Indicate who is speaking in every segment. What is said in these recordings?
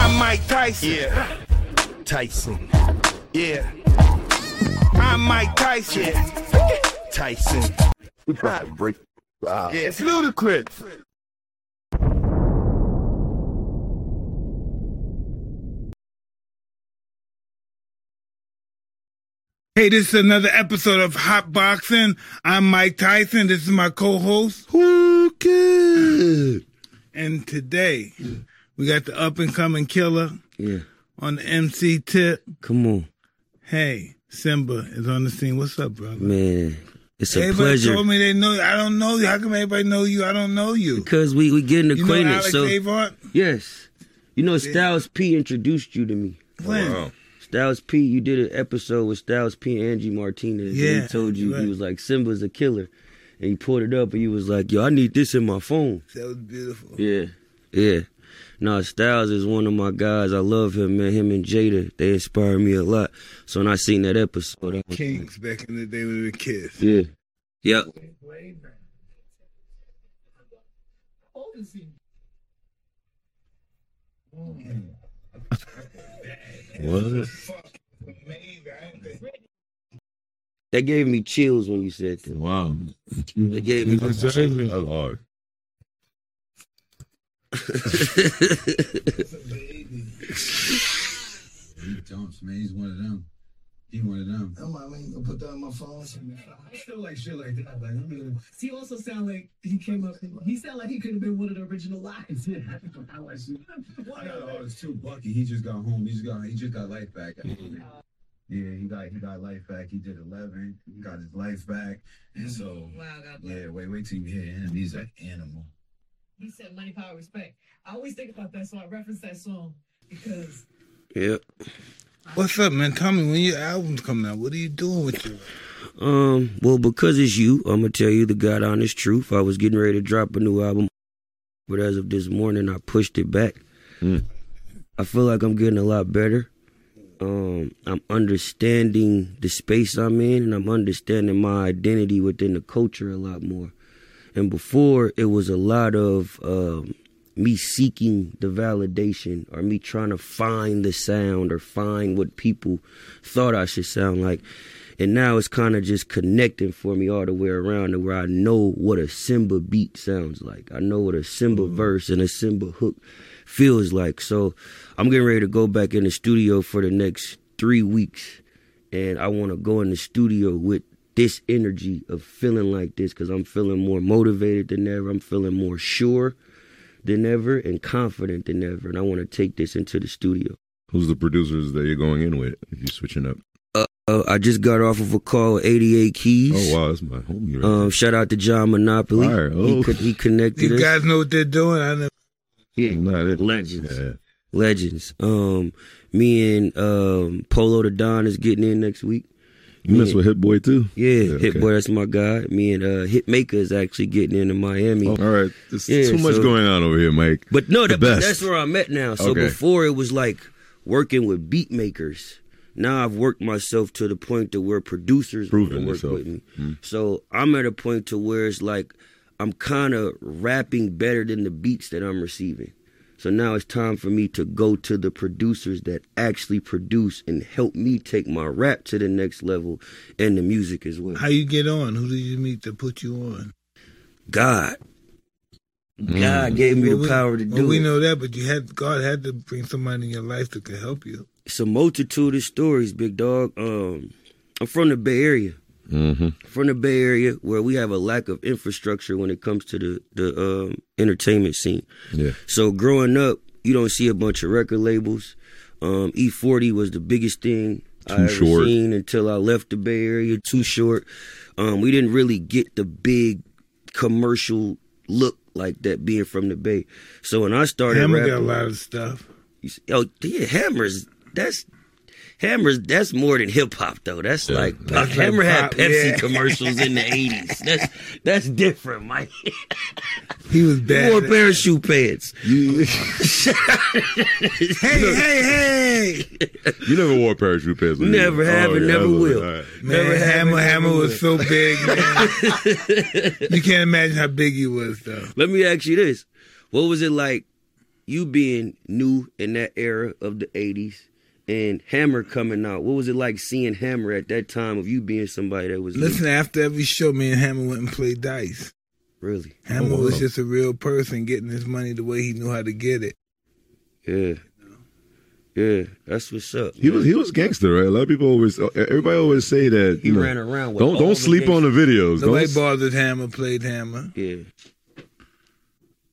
Speaker 1: Mike Tyson. Yeah. Tyson. Yeah. I'm Mike Tyson. Tyson.
Speaker 2: We trying to break. Wow.
Speaker 1: Yeah, Uh, it's ludicrous.
Speaker 3: Hey, this is another episode of Hot Boxing. I'm Mike Tyson. This is my co-host.
Speaker 2: Who could?
Speaker 3: And today we got the up and coming killer
Speaker 2: Yeah.
Speaker 3: on the MC tip.
Speaker 4: Come on,
Speaker 3: Hey, Simba is on the scene. What's up, brother?
Speaker 4: man. It's a
Speaker 3: everybody
Speaker 4: pleasure.
Speaker 3: told me they know you. I don't know you. How come everybody know you? I don't know you.
Speaker 4: Because we, we getting
Speaker 3: You know
Speaker 4: acquainted.
Speaker 3: Alex
Speaker 4: so
Speaker 3: Avon?
Speaker 4: yes. You know Styles P introduced you to me.
Speaker 3: When?
Speaker 4: Styles P, you did an episode with Styles P and Angie Martinez. and
Speaker 3: Yeah,
Speaker 4: he told you
Speaker 3: right.
Speaker 4: he was like Simba's a killer. And he pulled it up and he was like, Yo, I need this in my phone.
Speaker 3: That was beautiful.
Speaker 4: Yeah. Yeah. No, Styles is one of my guys. I love him, man. Him and Jada, they inspire me a lot. So when I seen that episode, I was
Speaker 3: Kings back in the day when we were kids.
Speaker 4: Yeah. Yep.
Speaker 2: What?
Speaker 4: That gave me chills when you said that.
Speaker 2: Wow.
Speaker 4: They gave me
Speaker 2: You deserve it. That's hard.
Speaker 5: He dumps, man. He's one of them. He one of them.
Speaker 6: I'm not even gonna put that on my phone. I feel like shit like that. Like, I mean,
Speaker 7: He also sound like he came up. He sound like he could have been one of the original lives.
Speaker 6: I like shit.
Speaker 7: One
Speaker 6: I
Speaker 7: of
Speaker 6: got all
Speaker 7: the-
Speaker 6: this
Speaker 5: Too
Speaker 6: too.
Speaker 5: Bucky, he just got home. He just got he just got life back. Yeah, he got he got life back. He did eleven. He got his life back. And so
Speaker 7: Wow, God bless.
Speaker 5: yeah, wait, wait till you hear him. He's an animal.
Speaker 7: He said money, power, respect. I always think about that, so I reference that song because
Speaker 4: yep.
Speaker 3: What's up, man? Tell me when your album's coming out. What are you doing with your
Speaker 4: Um, well, because it's you, I'm gonna tell you the God honest truth. I was getting ready to drop a new album, but as of this morning, I pushed it back.
Speaker 2: Mm.
Speaker 4: I feel like I'm getting a lot better. Um, I'm understanding the space I'm in, and I'm understanding my identity within the culture a lot more. And before, it was a lot of um, me seeking the validation or me trying to find the sound or find what people thought I should sound like. And now it's kind of just connecting for me all the way around to where I know what a Simba beat sounds like. I know what a Simba verse and a Simba hook feels like. So I'm getting ready to go back in the studio for the next three weeks. And I want to go in the studio with this energy of feeling like this because I'm feeling more motivated than ever. I'm feeling more sure than ever and confident than ever. And I want to take this into the studio.
Speaker 2: Who's the producers that you're going in with? If you're switching up.
Speaker 4: Uh, I just got off of a call with 88 Keys.
Speaker 2: Oh wow, that's my homie. Right
Speaker 4: Um, shout out to John Monopoly.
Speaker 2: Fire.
Speaker 4: He,
Speaker 2: Oh.
Speaker 4: co- he connected
Speaker 3: You
Speaker 4: us.
Speaker 3: guys know what they're doing? I never
Speaker 2: there. Nah, that-
Speaker 4: Legends.
Speaker 2: Yeah.
Speaker 4: Legends. Um, me and um, Polo the Don is getting in next week.
Speaker 2: You mess
Speaker 4: Yeah.
Speaker 2: with Hit Boy too.
Speaker 4: Yeah, Hit
Speaker 2: okay.
Speaker 4: Boy, that's my guy. Me and uh, Hitmaker is actually getting into Miami.
Speaker 2: Oh, all right, there's
Speaker 4: Yeah,
Speaker 2: too much
Speaker 4: so-
Speaker 2: going on over here, Mike.
Speaker 4: But no,
Speaker 2: The
Speaker 4: that, but
Speaker 2: best.
Speaker 4: that's where I'm at now. So
Speaker 2: Okay.
Speaker 4: before it was like working with beat makers. Now I've worked myself to the point to where producers
Speaker 2: Proving Hmm.
Speaker 4: wanna work
Speaker 2: yourself.
Speaker 4: with me. So I'm at a point to where it's like I'm kind of rapping better than the beats that I'm receiving. So now it's time for me to go to the producers that actually produce and help me take my rap to the next level and the music as well.
Speaker 3: How you get on? Who did you meet to put you on?
Speaker 4: God.
Speaker 2: Hmm.
Speaker 4: God gave me the
Speaker 3: Well, we-
Speaker 4: power to
Speaker 3: well,
Speaker 4: do
Speaker 3: We
Speaker 4: it.
Speaker 3: know that, but you had God had to bring somebody in your life that could help you.
Speaker 4: it's a multitude of stories, big dog. Um, I'm from the Bay Area.
Speaker 2: Mm-hmm.
Speaker 4: From the Bay Area, where we have a lack of infrastructure when it comes to the the um, entertainment scene.
Speaker 2: Yeah.
Speaker 4: So growing up, you don't see a bunch of record labels. Um, E40 was the biggest thing I
Speaker 2: Too
Speaker 4: ever
Speaker 2: short.
Speaker 4: seen until I left the Bay Area. Too short. Um, we didn't really get the big commercial look like that being from the Bay. So when I started
Speaker 3: Hammer
Speaker 4: rapping,
Speaker 3: got a lot of stuff.
Speaker 4: you s- Oh, yeah, hammers. That's hammers. That's more than hip hop though. That's
Speaker 2: Yeah,
Speaker 4: like
Speaker 2: that's
Speaker 4: pop- hammer had
Speaker 3: pop,
Speaker 4: Pepsi
Speaker 3: yeah.
Speaker 4: commercials in the eighties. That's that's different, Mike.
Speaker 3: He was bad.
Speaker 4: More parachute pants.
Speaker 2: You,
Speaker 3: hey, hey, hey!
Speaker 2: you never wore parachute pants. did you?
Speaker 4: Never have and
Speaker 2: yeah,
Speaker 4: never
Speaker 2: I was
Speaker 4: will.
Speaker 2: like, all right.
Speaker 3: Man,
Speaker 4: Never had
Speaker 3: Hammer,
Speaker 4: it,
Speaker 3: Hammer
Speaker 4: never
Speaker 3: was so big, man. you can't imagine how big he was, though.
Speaker 4: Let me ask you this: What was it like? you being new in that era of the 80s and Hammer coming out, what was it like seeing Hammer at that time of you being somebody that was new?
Speaker 3: Listen, after every show, me and Hammer went and played dice.
Speaker 4: really?
Speaker 3: Hammer was just a real person getting his money the way he knew how to get it.
Speaker 4: Yeah. Yeah, that's what's up.
Speaker 2: He was he was gangster, right? A lot of people always, everybody always say that.
Speaker 4: He
Speaker 2: you know,
Speaker 4: ran around with
Speaker 2: Don't
Speaker 4: all
Speaker 2: don't
Speaker 4: the
Speaker 2: sleep on the videos. Don't
Speaker 3: Nobody
Speaker 2: s-
Speaker 3: bothered Hammer, played Hammer.
Speaker 4: Yeah.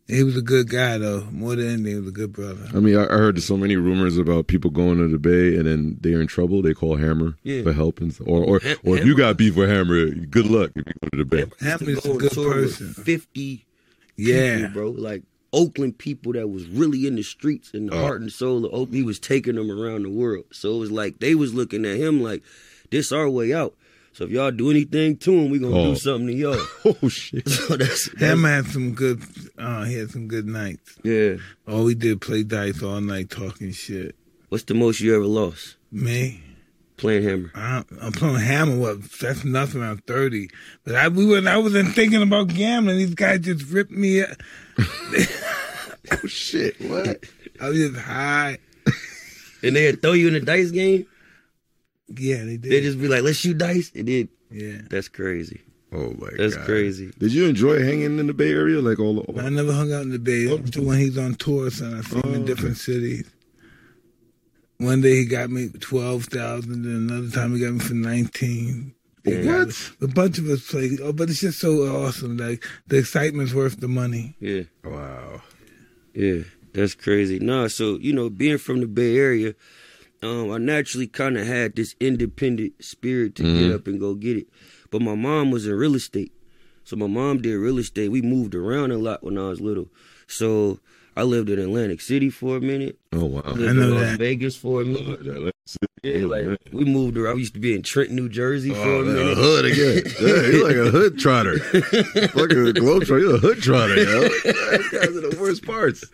Speaker 3: He was a good guy, though. More than anything, he was a good brother.
Speaker 2: I mean, I, I heard so many rumors about people going to the bay and then they're in trouble. They call Hammer
Speaker 4: Yeah.
Speaker 2: for help, and or or, or if you got beef with Hammer, good luck if you go to the bay.
Speaker 3: Hammer is a
Speaker 4: Go on
Speaker 3: good
Speaker 4: tour with
Speaker 3: person.
Speaker 4: 50 people,
Speaker 3: Yeah.
Speaker 4: bro. Like Oakland people that was really in the streets and the
Speaker 3: Oh.
Speaker 4: heart and soul of Oakland. He was taking them around the world. So it was like they was looking at him like, this our way out. So if y'all do anything to him, we gonna
Speaker 2: Oh.
Speaker 4: do something to y'all.
Speaker 2: Oh shit!
Speaker 4: so that's, that's
Speaker 3: Hammer had some good, uh, he had some good nights.
Speaker 4: yeah.
Speaker 3: All we did play dice all night talking shit.
Speaker 4: What's the most you ever lost
Speaker 3: Me?
Speaker 4: playing Hammer?
Speaker 3: I, I'm playing Hammer. Well, that's nothing. I'm 30, but I we were I wasn't thinking about gambling. These guys just ripped me. Up.
Speaker 2: Oh shit! What?
Speaker 3: I was just high.
Speaker 4: And they would throw you in a dice game.
Speaker 3: Yeah, they did.
Speaker 4: They just be like, let's shoot dice. And then
Speaker 3: yeah.
Speaker 4: that's crazy.
Speaker 2: Oh my god!
Speaker 4: That's crazy.
Speaker 2: Did you enjoy hanging in the Bay Area? Like all, all
Speaker 3: I never hung out in the
Speaker 2: Oh.
Speaker 3: Bay. Up to when he's on tour, son. I seen him in different cities. One day he got me twelve thousand, and another time he got me for nineteen.
Speaker 2: what?
Speaker 3: A bunch of us played. Oh, but it's just so awesome. Like the excitement's worth the money.
Speaker 4: Yeah.
Speaker 2: Wow.
Speaker 4: Yeah, that's crazy. Nah, so you know, being from the Bay Area, um, I naturally kind of had this independent spirit to
Speaker 2: Mm-hmm.
Speaker 4: get up and go get it. But my mom was in real estate, so my mom did real estate. We moved around a lot when I was little, so I lived in Atlantic City for a minute.
Speaker 2: Oh wow.
Speaker 4: lived
Speaker 3: know
Speaker 4: in Las
Speaker 3: that.
Speaker 4: Vegas for a minute. Yeah, like we moved around. I used to be in Trenton, New Jersey for a
Speaker 2: Oh, man, a
Speaker 4: minute.
Speaker 2: hood again. Yeah, you're like a hood trotter. Fucking globe trotter. You're a hood trotter, yo. Those guys are the worst parts.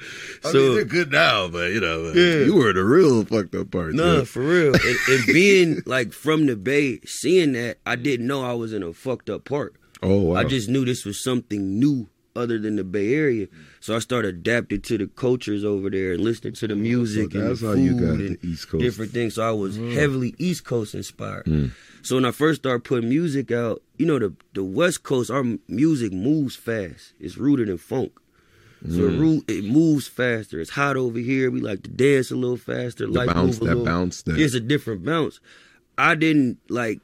Speaker 2: I
Speaker 4: So-
Speaker 2: mean, they're good now, but you know,
Speaker 4: Yeah.
Speaker 2: you were the real fucked up parts.
Speaker 4: Nah,
Speaker 2: yo.
Speaker 4: for real. And, and being like from the Bay, seeing that, I didn't know I was in a fucked up part.
Speaker 2: Oh wow.
Speaker 4: I just knew this was something new other than the Bay Area. So I started adapting to the cultures over there and listening to the music and
Speaker 2: Oh, that's
Speaker 4: the
Speaker 2: how
Speaker 4: food
Speaker 2: you got
Speaker 4: and
Speaker 2: the East Coast. Mm.
Speaker 4: different things. So I was heavily East Coast inspired. So when I first started putting music out, you know, the the West Coast, our m- music moves fast. It's rooted in funk. So
Speaker 2: Mm.
Speaker 4: it, roo- it moves faster. It's hot over here. We like to dance a little faster.
Speaker 2: The
Speaker 4: life
Speaker 2: bounce,
Speaker 4: move a
Speaker 2: that
Speaker 4: little.
Speaker 2: bounce, that-
Speaker 4: It's a different bounce. I didn't like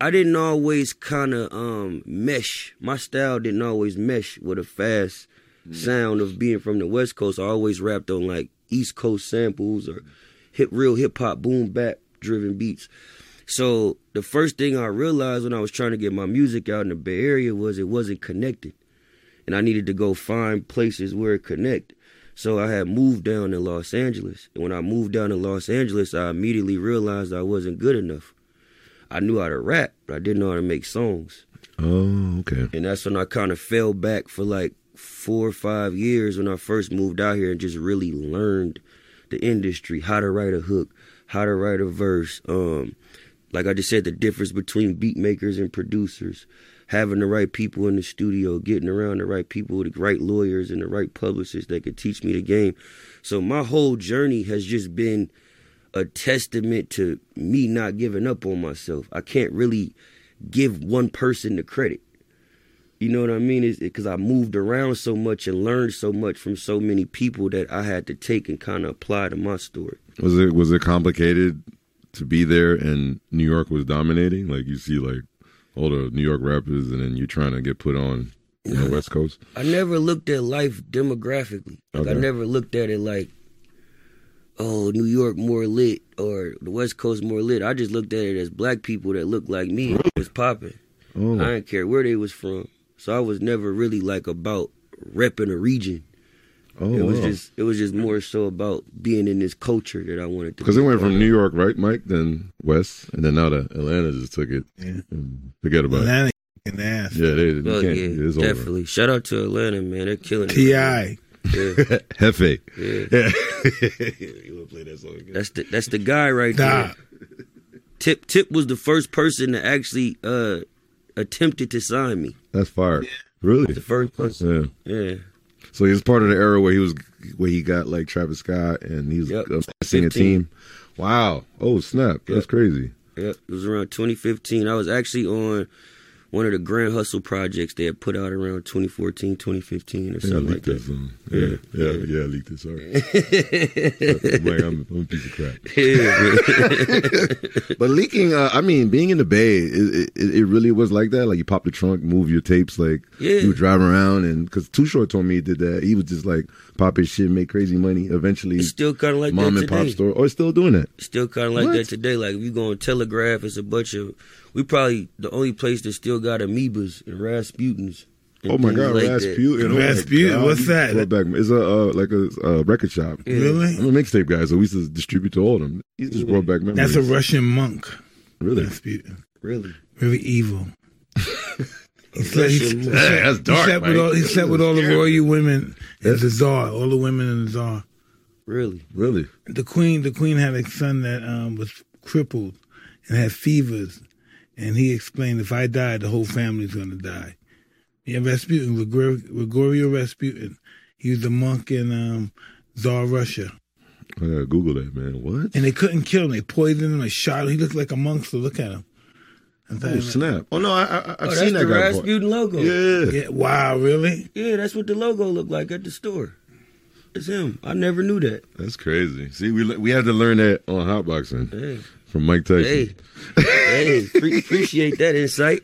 Speaker 4: I didn't always kind of um mesh. My style didn't always mesh with a fast
Speaker 2: Mm.
Speaker 4: sound of being from the West Coast. I always rapped on like East Coast samples or hip real hip hop boom bap driven beats. So the first thing I realized when I was trying to get my music out in the Bay Area was it wasn't connected, and I needed to go find places where it connected. So I had moved down to Los Angeles, and when I moved down to Los Angeles, I immediately realized I wasn't good enough. I knew how to rap, but I didn't know how to make songs.
Speaker 2: oh okay.
Speaker 4: And that's when I kind of fell back for like four or five years when I first moved out here and just really learned the industry, how to write a hook, how to write a verse. Um, like I just said, the difference between beat makers and producers, having the right people in the studio, getting around the right people, the right lawyers and the right publicists that could teach me the game. So my whole journey has just been a testament to me not giving up on myself. I can't really give one person the credit. You know what I mean? Is because I moved around so much and learned so much from so many people that I had to take and kind of apply to my story.
Speaker 2: Was it was it complicated to be there and New York was dominating? Like you see like all the New York rappers and then you're trying to get put on you know, West Coast.
Speaker 4: I never looked at life demographically. Like I
Speaker 2: Okay.
Speaker 4: never looked at it like, oh, New York more lit or the West Coast more lit. I just looked at it as black people that looked like me was popping.
Speaker 2: Oh
Speaker 4: I didn't care where they was from. So I was never really like about repping a region.
Speaker 2: oh
Speaker 4: it was
Speaker 2: wow.
Speaker 4: just it was just more so about being in this culture that I wanted to
Speaker 2: Because
Speaker 4: be
Speaker 2: it went
Speaker 4: a part
Speaker 2: from
Speaker 4: of.
Speaker 2: New York, right, Mike, then West, and then now to Atlanta just took it. Mm, Forget about it.
Speaker 3: Atlantic and ass.
Speaker 2: Yeah, they, they
Speaker 4: Well,
Speaker 2: can't.
Speaker 4: yeah,
Speaker 2: it's over.
Speaker 4: definitely. Shout out to Atlanta, man. They're killing it.
Speaker 3: Ti.
Speaker 4: Yeah,
Speaker 2: Hefe.
Speaker 4: yeah.
Speaker 2: Yeah. you want to play that song again?
Speaker 4: That's the that's the guy right
Speaker 3: Nah.
Speaker 4: there. Tip Tip was the first person to actually uh attempted to sign me.
Speaker 2: That's fire. Really?
Speaker 4: The first person.
Speaker 2: Yeah.
Speaker 4: Yeah.
Speaker 2: So he was part of the era where he was where he got like Travis Scott and he's
Speaker 4: Yep.
Speaker 2: uh,
Speaker 4: 15.
Speaker 2: singing team. Wow. Oh snap. That's crazy.
Speaker 4: Yep, it was around 2015. I was actually on one of the Grand Hustle projects they had put out around 2014, 2015 or
Speaker 2: Yeah, I
Speaker 4: something like
Speaker 2: leaked that
Speaker 4: that.
Speaker 2: song. Yeah, yeah, yeah, I leaked it. Sorry. I'm like, I'm, I'm a piece of crap. But leaking, uh, I mean, being in the Bay, it, it, it really was like that. Like you pop the trunk, move your tapes. Like
Speaker 4: Yeah.
Speaker 2: you were driving around, and because Too Short told me he did that. He was just like pop his shit, make crazy money. Eventually,
Speaker 4: It's still kind of like
Speaker 2: mom
Speaker 4: that
Speaker 2: and
Speaker 4: today.
Speaker 2: pop store, or still doing that.
Speaker 4: Still kind of like
Speaker 2: What?
Speaker 4: that today. Like if you go on Telegraph, it's a bunch of. We probably the only place that still got amoebas and rasputins. and
Speaker 2: Oh my
Speaker 4: things
Speaker 2: God,
Speaker 4: like that.
Speaker 2: Rasputin! Oh my
Speaker 3: Rasputin,
Speaker 2: God,
Speaker 3: what's
Speaker 2: you
Speaker 3: that?
Speaker 2: brought back- It's a uh, like a uh, record shop.
Speaker 3: Really?
Speaker 2: I'm a mixtape guy, so we used to distribute to all of them. He just brought back memories.
Speaker 3: That's a Russian monk.
Speaker 2: really.
Speaker 3: Rasputin.
Speaker 4: Really?
Speaker 3: Very evil. he slept, he
Speaker 4: Russian
Speaker 3: slept-
Speaker 4: monk.
Speaker 2: Hey, that's dark,
Speaker 3: He slept, with
Speaker 2: Mike.
Speaker 3: all, he slept with all the royal women and the czar, all the women in the czar.
Speaker 4: Really?
Speaker 2: Really?
Speaker 3: the queen the queen had a son that um, was crippled and had fevers and he explained if i die the whole family's going to die yeah rasputin Grigor- gregorio rasputin he was a monk in um, tsar russia
Speaker 2: I gotta Google that, man. What?
Speaker 3: and they couldn't kill him they poisoned him and shot him he looked like a monk so look at him I'm
Speaker 2: Oh
Speaker 3: telling you,
Speaker 2: snap! Oh no, I, I, I've
Speaker 4: oh, that's
Speaker 2: seen that
Speaker 4: the
Speaker 2: guy. before.
Speaker 4: Rasputin logo.
Speaker 2: Yeah.
Speaker 3: yeah, wow really
Speaker 4: Yeah, that's what the logo looked like at the store. It's him. I never knew that.
Speaker 2: That's crazy. See, we we had to learn that on hotboxing
Speaker 4: Hey,
Speaker 2: from Mike Tyson.
Speaker 4: hey, hey! pre- appreciate that insight.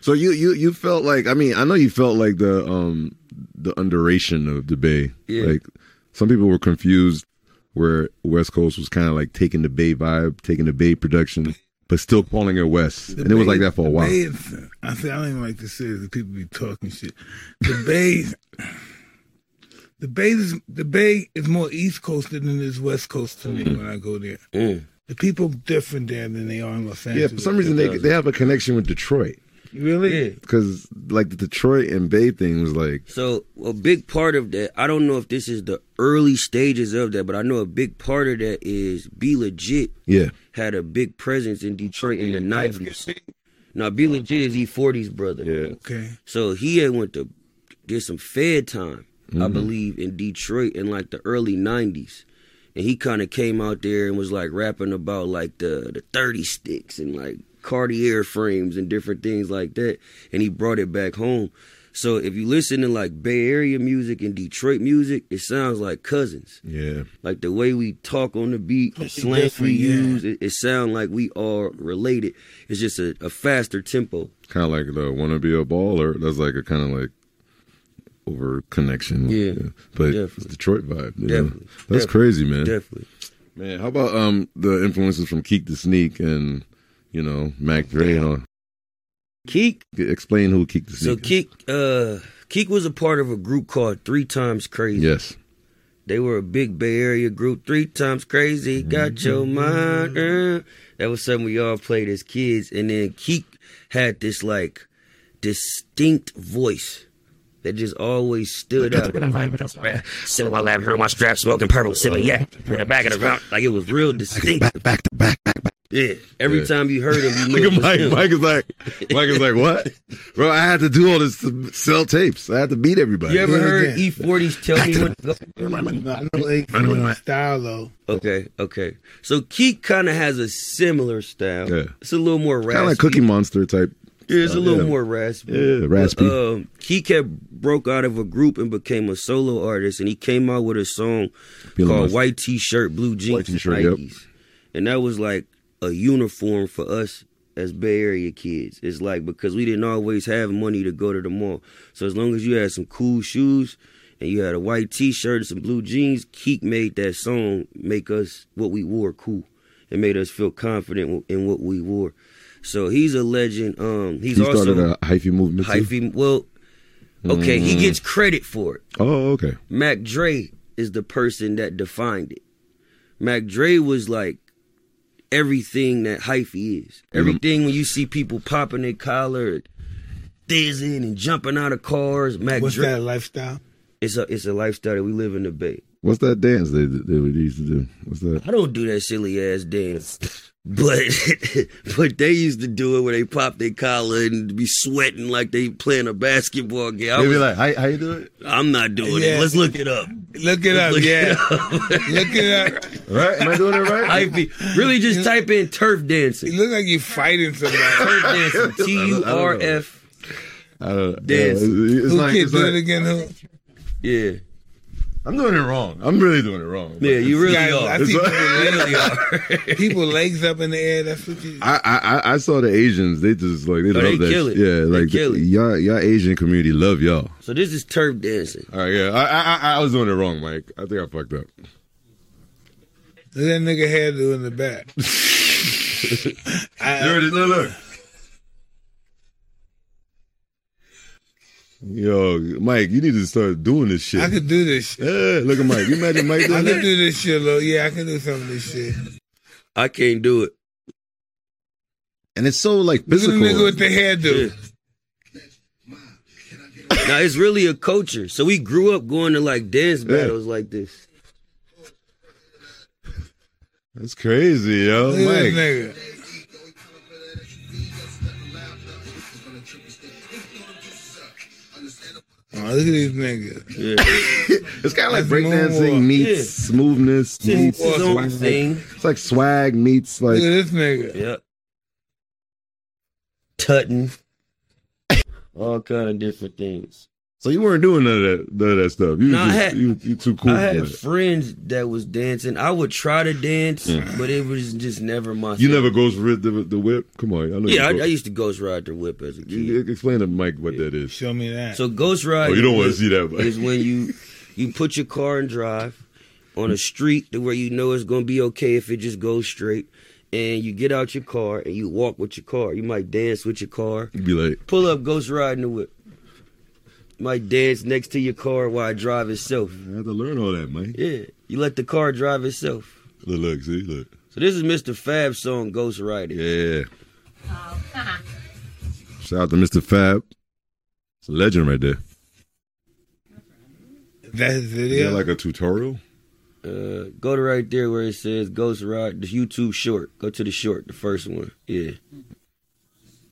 Speaker 2: So you you you felt like I mean I know you felt like the um the underration of the Bay.
Speaker 4: Yeah.
Speaker 2: Like some people were confused where West Coast was kind of like taking the Bay vibe, taking the Bay production, but still calling it West, and it was like that for a
Speaker 3: The
Speaker 2: while.
Speaker 3: Bay is- I say I don't even like to say this. People be talking shit. The Bay, the Bay is the Bay is more East Coast than it is West Coast to me when I go there.
Speaker 4: Mm.
Speaker 3: The people different there than they are in Los
Speaker 2: Yeah,
Speaker 3: Angeles.
Speaker 2: for some reason they they have a connection with Detroit
Speaker 3: really,
Speaker 2: because like the Detroit and Bay thing was like
Speaker 4: So a big part of that, I don't know if this is the early stages of that, but I know a big part of that is Be Legit
Speaker 2: yeah
Speaker 4: had a big presence in Detroit in the nineties. Now Be Legit is E forties brother.
Speaker 3: okay.
Speaker 4: So he had went to get some Fed time, I believe, in Detroit in like the early nineties. And he kinda came out there and was like rapping about like the the thirty sticks and like Cartier frames and different things like that. And he brought it back home. So if you listen to like Bay Area music and Detroit music, it sounds like cousins.
Speaker 2: yeah
Speaker 4: Like the way we talk on the beat,
Speaker 3: Totally
Speaker 4: the slang we
Speaker 3: different, yeah.
Speaker 4: use, it, it sound like we are related. It's just a, a faster tempo.
Speaker 2: kind of like the wanna be a baller. That's like a kind of like over connection.
Speaker 4: Yeah.
Speaker 2: but it's
Speaker 4: Definitely.
Speaker 2: Detroit vibe. you know?
Speaker 4: Definitely.
Speaker 2: that's
Speaker 4: Definitely.
Speaker 2: crazy, man.
Speaker 4: Definitely.
Speaker 2: Man, how about um the influences from Keek the Sneak and you know Mac Dre and all?
Speaker 4: Keek.
Speaker 2: Explain who Keek the
Speaker 4: So
Speaker 2: Sneak. is.
Speaker 4: Keek uh Keek was a part of a group called Three Times Crazy.
Speaker 2: Yes.
Speaker 4: They were a big Bay Area group, Three Times Crazy, got your mind. uh. That was something we all played as kids. And then Keek had this like distinct voice that just always stood out. Sitting while having her on my strap, smoking purple, sipping yeah, in the back of the room. Like it was real distinct. Back, back, back, Yeah. Every
Speaker 2: Yeah.
Speaker 4: time you heard him, you knew
Speaker 2: Look
Speaker 4: it
Speaker 2: at
Speaker 4: was
Speaker 2: Mike.
Speaker 4: him.
Speaker 2: Mike is like, Mike is like, what, bro? I had to do all this to sell tapes. I had to beat everybody.
Speaker 4: You ever heard
Speaker 3: again.
Speaker 4: E40s tell me when to go?
Speaker 3: I know they my style though.
Speaker 4: Okay, okay. So Keek kind of has a similar style.
Speaker 2: Yeah.
Speaker 4: It's a little more raspy.
Speaker 2: Kind of like Cookie Monster type.
Speaker 4: Yeah, it's a
Speaker 2: style,
Speaker 4: little
Speaker 2: yeah.
Speaker 4: more raspy.
Speaker 2: Yeah, raspy.
Speaker 4: But, um, Keek had broke out of a group and became a solo artist, and he came out with a song
Speaker 2: Feeling
Speaker 4: called
Speaker 2: myself.
Speaker 4: "White T-Shirt, Blue Jeans, and
Speaker 2: T-Shirt, yep.
Speaker 4: Nikes," and that was like a uniform for us as Bay Area kids. It's like because we didn't always have money to go to the mall, so as long as you had some cool shoes. And you had a white T-shirt and some blue jeans. Keek made that song make us what we wore cool. It made us feel confident in what we wore. So he's a legend. Um, he's
Speaker 2: He
Speaker 4: also
Speaker 2: started a hyphy movement. too?
Speaker 4: hyphy. Well, okay, he gets credit for it.
Speaker 2: Oh, okay.
Speaker 4: Mac Dre is the person that defined it. Mac Dre was like everything that hyphy is. Everything when you see people popping their collar, thizzing and jumping out of cars. Mac
Speaker 3: What's
Speaker 4: Dre,
Speaker 3: that lifestyle?
Speaker 4: it's a it's a lifestyle that we live in the Bay.
Speaker 2: What's that dance they, they used to do? What's that?
Speaker 4: I don't do that silly ass dance. But but they used to do it where they pop their collar and be sweating like they playing a basketball game. I
Speaker 2: They be
Speaker 4: was-
Speaker 2: like, how, how you do it?
Speaker 4: I'm not doing
Speaker 3: Yeah.
Speaker 4: it. Let's look it up.
Speaker 3: Look it up,
Speaker 4: Look it
Speaker 3: yeah. Look it up.
Speaker 2: Right? Am I doing it right?
Speaker 4: Type it. Really, just type in turf
Speaker 3: You
Speaker 4: dancing.
Speaker 3: look like you're fighting somebody.
Speaker 4: Turf dancing. T U R F.
Speaker 2: I don't know.
Speaker 4: Dance.
Speaker 2: It's
Speaker 3: Who
Speaker 2: like,
Speaker 3: can
Speaker 2: it's
Speaker 3: do it
Speaker 2: like,
Speaker 3: again? Who?
Speaker 4: Yeah.
Speaker 2: I'm doing it wrong. I'm really doing it wrong.
Speaker 4: Yeah, you really
Speaker 3: Guys,
Speaker 4: are.
Speaker 3: I
Speaker 4: You
Speaker 3: see
Speaker 2: It's
Speaker 4: really are.
Speaker 3: people legs up in the air. That's what you.
Speaker 2: I, I I- I saw the Asians. They just like they love
Speaker 4: they
Speaker 2: that.
Speaker 4: kill
Speaker 2: shit.
Speaker 4: it.
Speaker 2: Yeah,
Speaker 4: They
Speaker 2: like
Speaker 4: kill it.
Speaker 2: y'all y'all Asian community love y'all.
Speaker 4: So this is turf dancing.
Speaker 2: All right, yeah. I, I I- I was doing it wrong, Mike. I think I fucked up.
Speaker 3: Look at that nigga hairdo in the back.
Speaker 2: There it is. Look, look. Yo, Mike, you need to start doing this shit.
Speaker 3: I could do this. Shit.
Speaker 2: Yeah, look at Mike. You imagine Mike
Speaker 3: I
Speaker 2: doing
Speaker 3: could
Speaker 2: that?
Speaker 3: do this shit, Lil. Yeah, I can do some of this shit.
Speaker 4: I can't do it.
Speaker 2: And it's so like
Speaker 3: Look at the
Speaker 2: physical.
Speaker 3: nigga with the hairdo.
Speaker 4: Now it's really a culture. So we grew up going to like dance
Speaker 2: Yeah.
Speaker 4: battles like this.
Speaker 2: That's crazy, yo.
Speaker 3: Look at
Speaker 2: Mike.
Speaker 3: this nigga. Oh, look at these niggas.
Speaker 4: Yeah.
Speaker 2: It's kind of like
Speaker 3: That's moonwalk.
Speaker 2: breakdancing meets
Speaker 4: Yeah.
Speaker 2: smoothness.
Speaker 4: It's
Speaker 2: Meets,
Speaker 4: his own thing.
Speaker 2: it's like swag meets
Speaker 3: Look at
Speaker 2: like.
Speaker 3: this nigga.
Speaker 4: Yep. Tutting. All kind of different things.
Speaker 2: So you weren't doing none of that, none of that stuff. You,
Speaker 4: No, I
Speaker 2: just,
Speaker 4: had-
Speaker 2: you, you too cool.
Speaker 4: I
Speaker 2: for
Speaker 4: had
Speaker 2: that.
Speaker 4: friends that was dancing. I would try to dance, but it was just never my
Speaker 2: You
Speaker 4: thing.
Speaker 2: never goes rid the, the whip. Come on, I know.
Speaker 4: Yeah, I,
Speaker 2: you
Speaker 4: I used to ghost ride the whip as a
Speaker 2: You-
Speaker 4: kid.
Speaker 2: you Explain to Mike what that is.
Speaker 3: Show me that.
Speaker 4: So ghost ride.
Speaker 2: Oh, you don't want to see that, but
Speaker 4: is when you you put your car and drive on a street to where you know it's gonna be okay if it just goes straight, and you get out your car and you walk with your car. You might dance with your car.
Speaker 2: you'd be like,
Speaker 4: Pull up, ghost riding the whip. Might dance next to your car while it drive itself.
Speaker 2: I had to learn all that, Mike.
Speaker 4: Yeah, you let the car drive itself.
Speaker 2: Look, look, see, look.
Speaker 4: So this is Mr. Fab's song Ghost Rider.
Speaker 2: Yeah. Shout out to Mr. Fab. It's a legend right there.
Speaker 3: That's his
Speaker 2: Is
Speaker 3: video.
Speaker 2: that like a tutorial?
Speaker 4: Uh, go to right there where it says Ghost Rider, the YouTube short. Go to the short, the first one. Yeah,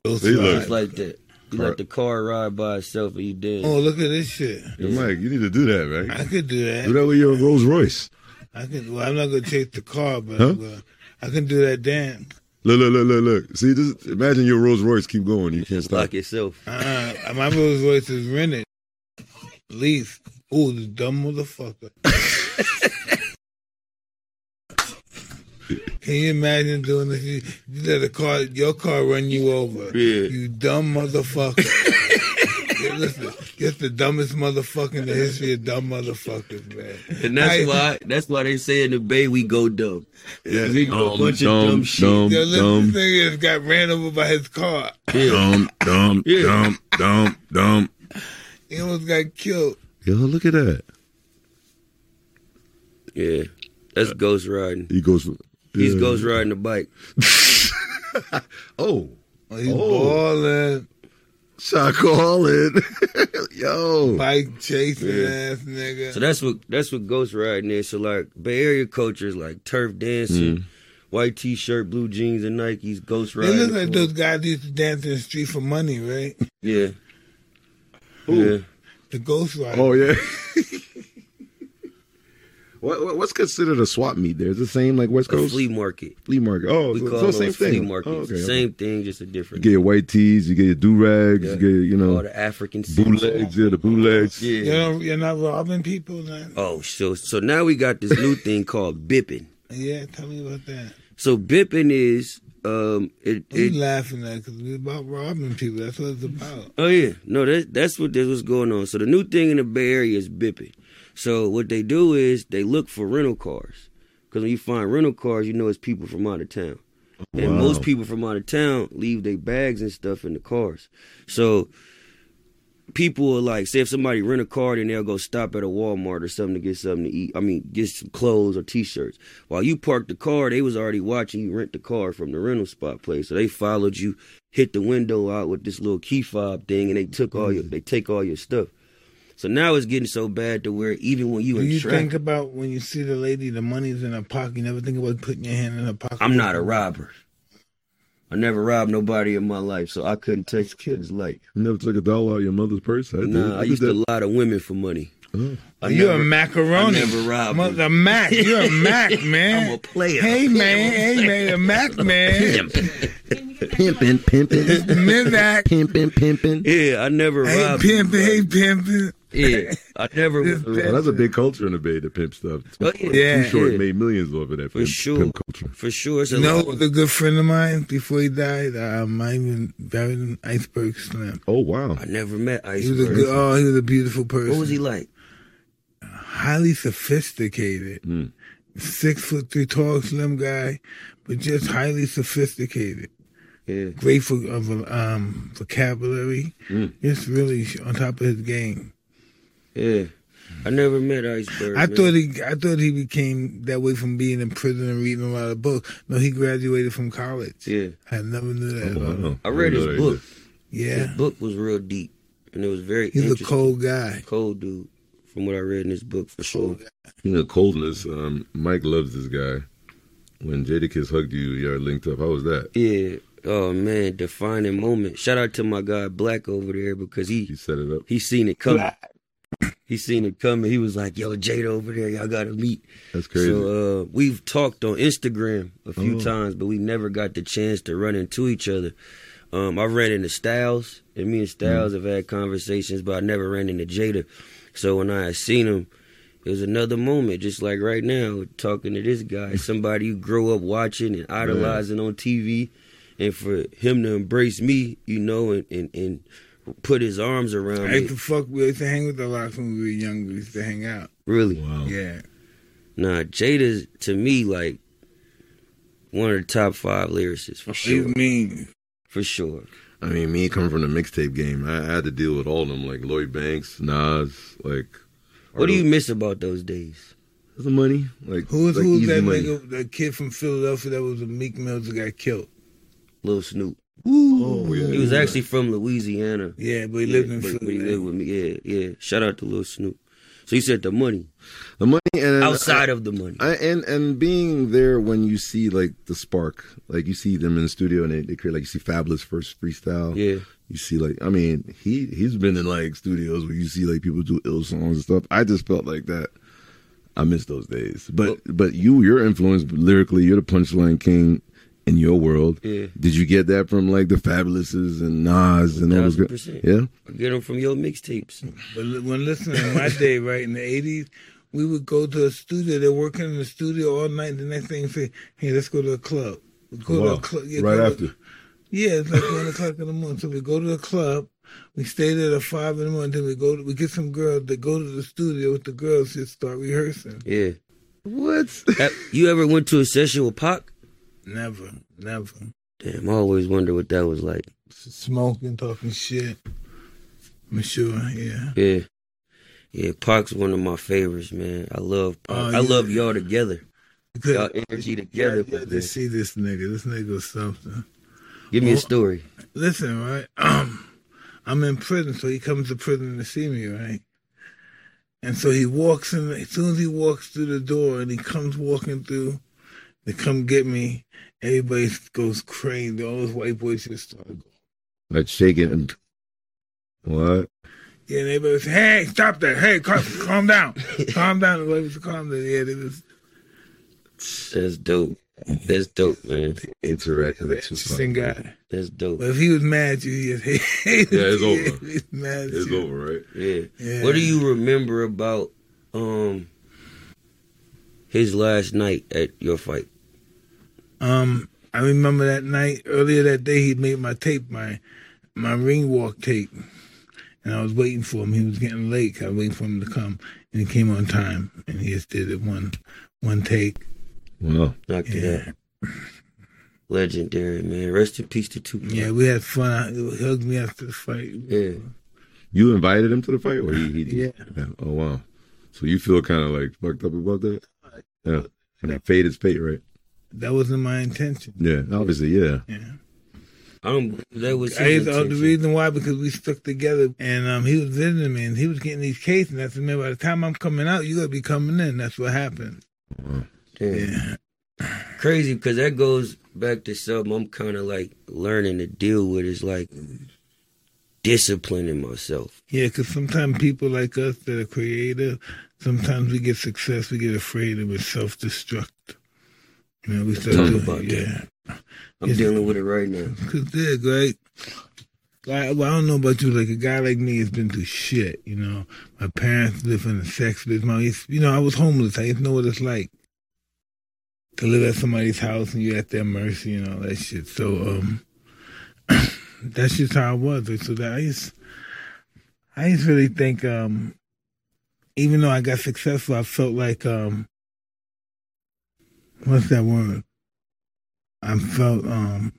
Speaker 3: Ghost
Speaker 2: He look-
Speaker 3: Ride.
Speaker 4: it's like that. You
Speaker 2: Car-
Speaker 4: let the car ride by itself and you dance.
Speaker 3: Oh, look at this shit.
Speaker 2: Yo, Mike, you need to do that, man.
Speaker 3: I could do
Speaker 2: Do
Speaker 3: that.
Speaker 2: that with your Rolls Royce.
Speaker 3: I could. Well, I'm not gonna chase the car, but
Speaker 2: Huh?
Speaker 3: I'm gonna, I can do that dance.
Speaker 2: Look, look, look, look, look. See, just imagine your Rolls Royce keep going. You can't stop.
Speaker 4: Lock yourself.
Speaker 3: Uh, my Rolls Royce is rented. Lease. Ooh, this dumb motherfucker. Can you imagine doing this? You, you let a car, your car run you over.
Speaker 4: Yeah.
Speaker 3: You dumb motherfucker. Yeah, Listen, that's the dumbest motherfucker in the history of dumb motherfuckers, man.
Speaker 4: And that's
Speaker 3: I-
Speaker 4: why that's why they say in the Bay we go dumb.
Speaker 2: Yeah.
Speaker 4: We do a bunch of dumb shit.
Speaker 2: dumb,
Speaker 3: Yo, listen,
Speaker 2: dumb,
Speaker 3: this nigga has got ran over by his car.
Speaker 2: dumb, dumb,
Speaker 4: Yeah.
Speaker 2: dumb, dumb, dumb.
Speaker 3: He almost got killed.
Speaker 2: Yo, look at that.
Speaker 4: Yeah, that's ghost riding.
Speaker 2: He goes.
Speaker 4: He's
Speaker 2: Yeah.
Speaker 4: ghost riding the bike.
Speaker 2: Oh,
Speaker 3: Oh, He's
Speaker 2: Oh.
Speaker 3: balling,
Speaker 2: shot calling. Yo,
Speaker 3: bike chasing ass nigga.
Speaker 4: So that's what that's what ghost riding is. So like Bay Area culture is like turf dancing,
Speaker 2: Mm.
Speaker 4: white t shirt, blue jeans, and Nikes. Ghost
Speaker 3: They
Speaker 4: riding.
Speaker 3: look like those guys used to dance in the street for money, right?
Speaker 4: Yeah. Yeah.
Speaker 3: The Ghost Rider.
Speaker 2: Oh yeah. what, what what's considered a swap meet? There, it's the same like West
Speaker 4: A
Speaker 2: Coast
Speaker 4: flea market.
Speaker 2: flea market. Oh,
Speaker 4: We
Speaker 2: so-
Speaker 4: call
Speaker 2: so
Speaker 4: those
Speaker 2: same
Speaker 4: flea
Speaker 2: thing.
Speaker 4: markets.
Speaker 2: Oh, okay, okay.
Speaker 4: Same thing, just a
Speaker 2: You
Speaker 4: different.
Speaker 2: get your white tees, you get your do rags,
Speaker 4: Yeah.
Speaker 2: you get you
Speaker 4: all
Speaker 2: know
Speaker 4: the African
Speaker 2: bootlegs, yeah, the bootlegs.
Speaker 4: Yeah.
Speaker 3: You know, you're not robbing people now?
Speaker 4: Oh, so so now we got this new thing called bipping.
Speaker 3: Yeah, tell me about that.
Speaker 4: So bipping is um it,
Speaker 3: We
Speaker 4: it
Speaker 3: laughing at because it's about robbing people. That's what it's about.
Speaker 4: oh yeah no that that's what that's what's going on. So the new thing in the Bay Area is bipping. So what they do is they look for rental cars because when you find rental cars, you know it's people from out of town. And
Speaker 2: Wow.
Speaker 4: most people from out of town leave their bags and stuff in the cars. So people are like, say if somebody rent a car, then they'll go stop at a Walmart or something to get something to eat. I mean, get some clothes or T-shirts. While you parked the car, they was already watching you rent the car from the rental spot place. So they followed you,
Speaker 3: Mm.
Speaker 4: hit the window out with this little key fob thing, and they took all your they take all your stuff. So now it's getting so bad to where even when you
Speaker 3: Do
Speaker 4: in
Speaker 3: you
Speaker 4: traffic,
Speaker 3: think about when you see the lady, the money's in her pocket? You never think about putting your hand in her pocket.
Speaker 4: I'm not a robber. I never robbed nobody in my life, so I couldn't take kids' life.
Speaker 2: You never took a dollar out of your mother's purse? I did.
Speaker 4: Nah, I
Speaker 2: did
Speaker 4: used to
Speaker 2: that.
Speaker 4: lie to women for money.
Speaker 2: Oh.
Speaker 4: I
Speaker 3: Mm. You're
Speaker 4: never-
Speaker 3: a macaroni.
Speaker 4: I never robbed
Speaker 3: Mother,
Speaker 4: you.
Speaker 3: a Mac. You're a Mac, man.
Speaker 4: I'm a player.
Speaker 3: Hey, man. Hey, man. A Mac, man.
Speaker 2: Pimping, pimping,
Speaker 3: Midac.
Speaker 2: pimping, pimping.
Speaker 4: Yeah, I never
Speaker 3: Hey,
Speaker 4: robbed.
Speaker 3: pimping. Hey, pimping.
Speaker 4: Yeah, I never.
Speaker 3: This
Speaker 4: was-
Speaker 3: bitch.
Speaker 2: Well, that's a big culture in the Bay, the pimp stuff.
Speaker 4: Oh, yeah.
Speaker 3: Yeah.
Speaker 2: Too short
Speaker 4: Yeah.
Speaker 2: made millions off of that
Speaker 4: For
Speaker 2: pimp,
Speaker 4: sure.
Speaker 2: pimp culture.
Speaker 4: For sure, it's a
Speaker 3: You know,
Speaker 4: lot.
Speaker 3: the good friend of mine, before he died, uh, my even buried in Iceberg Slim.
Speaker 2: Oh wow,
Speaker 4: I never met Ice.
Speaker 3: He was a good, oh, he was a beautiful person.
Speaker 4: What was he like?
Speaker 3: highly sophisticated. Six foot three tall, slim guy, but just highly sophisticated.
Speaker 4: Yeah,
Speaker 3: Great for of, um, vocabulary.
Speaker 4: Mm.
Speaker 3: Just really on top of his game.
Speaker 4: yeah. I never met Iceberg.
Speaker 3: I
Speaker 4: man.
Speaker 3: thought he, I thought he became that way from being in prison and reading a lot of books. No, he graduated from college.
Speaker 4: Yeah. Uh-huh.
Speaker 3: I never knew that.
Speaker 2: Oh,
Speaker 3: about him.
Speaker 2: wow.
Speaker 4: I read his book.
Speaker 3: Yeah,
Speaker 4: His book was real deep, and it was very.
Speaker 3: he's a
Speaker 4: interesting.
Speaker 3: cold guy.
Speaker 4: cold dude, from what I read in his book, for sure.
Speaker 2: You know, coldness. Um, Mike loves this guy. When Jadakiss hugged you, you are linked up. How was that?
Speaker 4: Yeah. Oh man, defining moment. Shout out to my guy Black over there because
Speaker 2: He
Speaker 4: he
Speaker 2: set it up.
Speaker 4: he seen it coming. He seen it coming. He was like, "Yo, Jada over there, y'all gotta meet."
Speaker 2: That's crazy.
Speaker 4: So uh, we've talked on Instagram a few
Speaker 2: Oh.
Speaker 4: times, but we never got the chance to run into each other. Um, I ran into Styles, and me and Styles have had conversations, but I never ran into Jada. So when I had seen him, it was another moment, just like right now, talking to this guy, somebody you grow up watching and idolizing on TV, and for him to embrace me, you know, and and, and put his arms around
Speaker 3: I used to
Speaker 4: me,
Speaker 3: fuck. We used to hang with a lot when we were younger. We used to hang out.
Speaker 4: really.
Speaker 2: wow.
Speaker 3: Yeah.
Speaker 4: Nah, Jada's to me like one of the top five lyricists for
Speaker 3: You
Speaker 4: sure.
Speaker 3: mean?
Speaker 4: For sure.
Speaker 2: I mean, me coming from the mixtape game, I, I had to deal with all of them, like Lloyd Banks, Nas, like.
Speaker 4: What do you miss about those days?
Speaker 2: The money, like
Speaker 3: Who was
Speaker 2: like
Speaker 3: who was
Speaker 2: easy
Speaker 3: that
Speaker 2: money.
Speaker 3: nigga? That kid from Philadelphia that was a Meek Mills that got killed.
Speaker 4: Lil Snoop.
Speaker 2: Oh, yeah,
Speaker 4: He was
Speaker 2: yeah.
Speaker 4: actually from Louisiana.
Speaker 3: Yeah, but he
Speaker 4: Yeah,
Speaker 3: lived in
Speaker 4: but- but he
Speaker 3: Philly.
Speaker 4: lived with me. Yeah, yeah. Shout out to Lil Snoop. So you said the money.
Speaker 2: the money and
Speaker 4: Outside of the money.
Speaker 2: I, and and being there when you see like the spark, like you see them in the studio and they, they create like you see Fabulous first freestyle.
Speaker 4: Yeah.
Speaker 2: You see like I mean he he's been in like studios where you see like people do ill songs and stuff. I just felt like that. I miss those days. But but you your influence lyrically, you're the punchline king in your world.
Speaker 4: Yeah.
Speaker 2: Did you get that from like the Fabulouses and Nas and all those?
Speaker 4: Thousand
Speaker 2: guys?
Speaker 4: percent.
Speaker 2: Yeah.
Speaker 4: I get them from your mixtapes.
Speaker 3: But li- when listening in my day, right in the eighties, we would go to a studio. They're working in the studio all night. The next thing, you say, "Hey, let's go to a club." We Go to a club. yeah,
Speaker 2: right
Speaker 3: go to-
Speaker 2: after.
Speaker 3: yeah, it's like one o'clock in the morning. So we go to the club. We stay there at five in the morning. Then we go. To, we get some girls. They go to the studio with the girls. Just start rehearsing.
Speaker 4: Yeah.
Speaker 2: What?
Speaker 4: Have- You ever went to a session with Pac?
Speaker 3: Never, never
Speaker 4: Damn, I always wonder what that was like.
Speaker 3: smoking, talking shit. I'm sure. Yeah.
Speaker 4: Yeah. Yeah, Pac's one of my favorites, man. I love Pac.
Speaker 3: Oh,
Speaker 4: I
Speaker 3: yeah.
Speaker 4: love y'all together.
Speaker 3: Good.
Speaker 4: Y'all energy together.
Speaker 3: Yeah, to see this nigga. This nigga was something.
Speaker 4: Give me a story.
Speaker 3: Listen, right? Um, I'm in prison, so he comes to prison to see me, right? And so he walks in. As soon as he walks through the door, and he comes walking through, they come get me. Everybody goes crazy. All those white boys just start. going-
Speaker 2: Like shaking and what?
Speaker 3: Yeah, and everybody was, "Hey, stop that! Hey, calm, calm down, calm down." The white was calm down. Yeah, they was
Speaker 4: That's dope. That's dope, man.
Speaker 2: Interacting with two
Speaker 3: interesting guy.
Speaker 4: That's dope.
Speaker 3: But if he was mad at you, he just hey,
Speaker 2: Yeah, it's over.
Speaker 3: He's mad at
Speaker 2: It's
Speaker 3: you.
Speaker 2: over, right?
Speaker 4: Yeah.
Speaker 3: Yeah.
Speaker 4: What do you remember about um his last night at your fight?
Speaker 3: Um, I remember that night earlier that day he made my tape, my my ring walk tape, and I was waiting for him. He was getting late. I was waiting for him to come, and he came on time, and he just did it one one take.
Speaker 2: Wow.
Speaker 4: Knocked it out. Legendary, man. Rest in peace to Tupac.
Speaker 3: Yeah, we had fun. I, he hugged me after the fight.
Speaker 4: Yeah.
Speaker 2: You invited him to the fight, or he? he
Speaker 3: Yeah.
Speaker 2: Oh wow. So you feel kind of like fucked up about that? Yeah. And that fate is fate, right?
Speaker 3: That wasn't my intention.
Speaker 2: Yeah. Obviously, yeah.
Speaker 3: Yeah.
Speaker 4: I don't. That was
Speaker 3: I
Speaker 4: his
Speaker 3: used to- the
Speaker 4: intention.
Speaker 3: reason why because we stuck together and um, he was visiting me and he was getting these cases. And I said, man, by the time I'm coming out, you got to be coming in. That's what happened.
Speaker 4: Damn. Crazy because that goes back to something I'm kind of like learning to deal with is like disciplining myself.
Speaker 3: Yeah, because sometimes people like us that are creative, sometimes we get success, we get afraid and we self destruct. You know, we start
Speaker 4: Talk
Speaker 3: doing-
Speaker 4: about that.
Speaker 3: yeah.
Speaker 4: I'm
Speaker 3: Yes.
Speaker 4: dealing with it right now.
Speaker 3: Cause dig, right? Like, well, I don't know about you. Like a guy like me has been through shit. You know, my parents lived in a sex business. My, it's- you know, I was homeless. I didn't know what it's like to live at somebody's house and you at their mercy and all that shit. So, um, that's just how I was. Like, so that I just, I just really think, um, even though I got successful, I felt like, um, what's that word? I felt, um,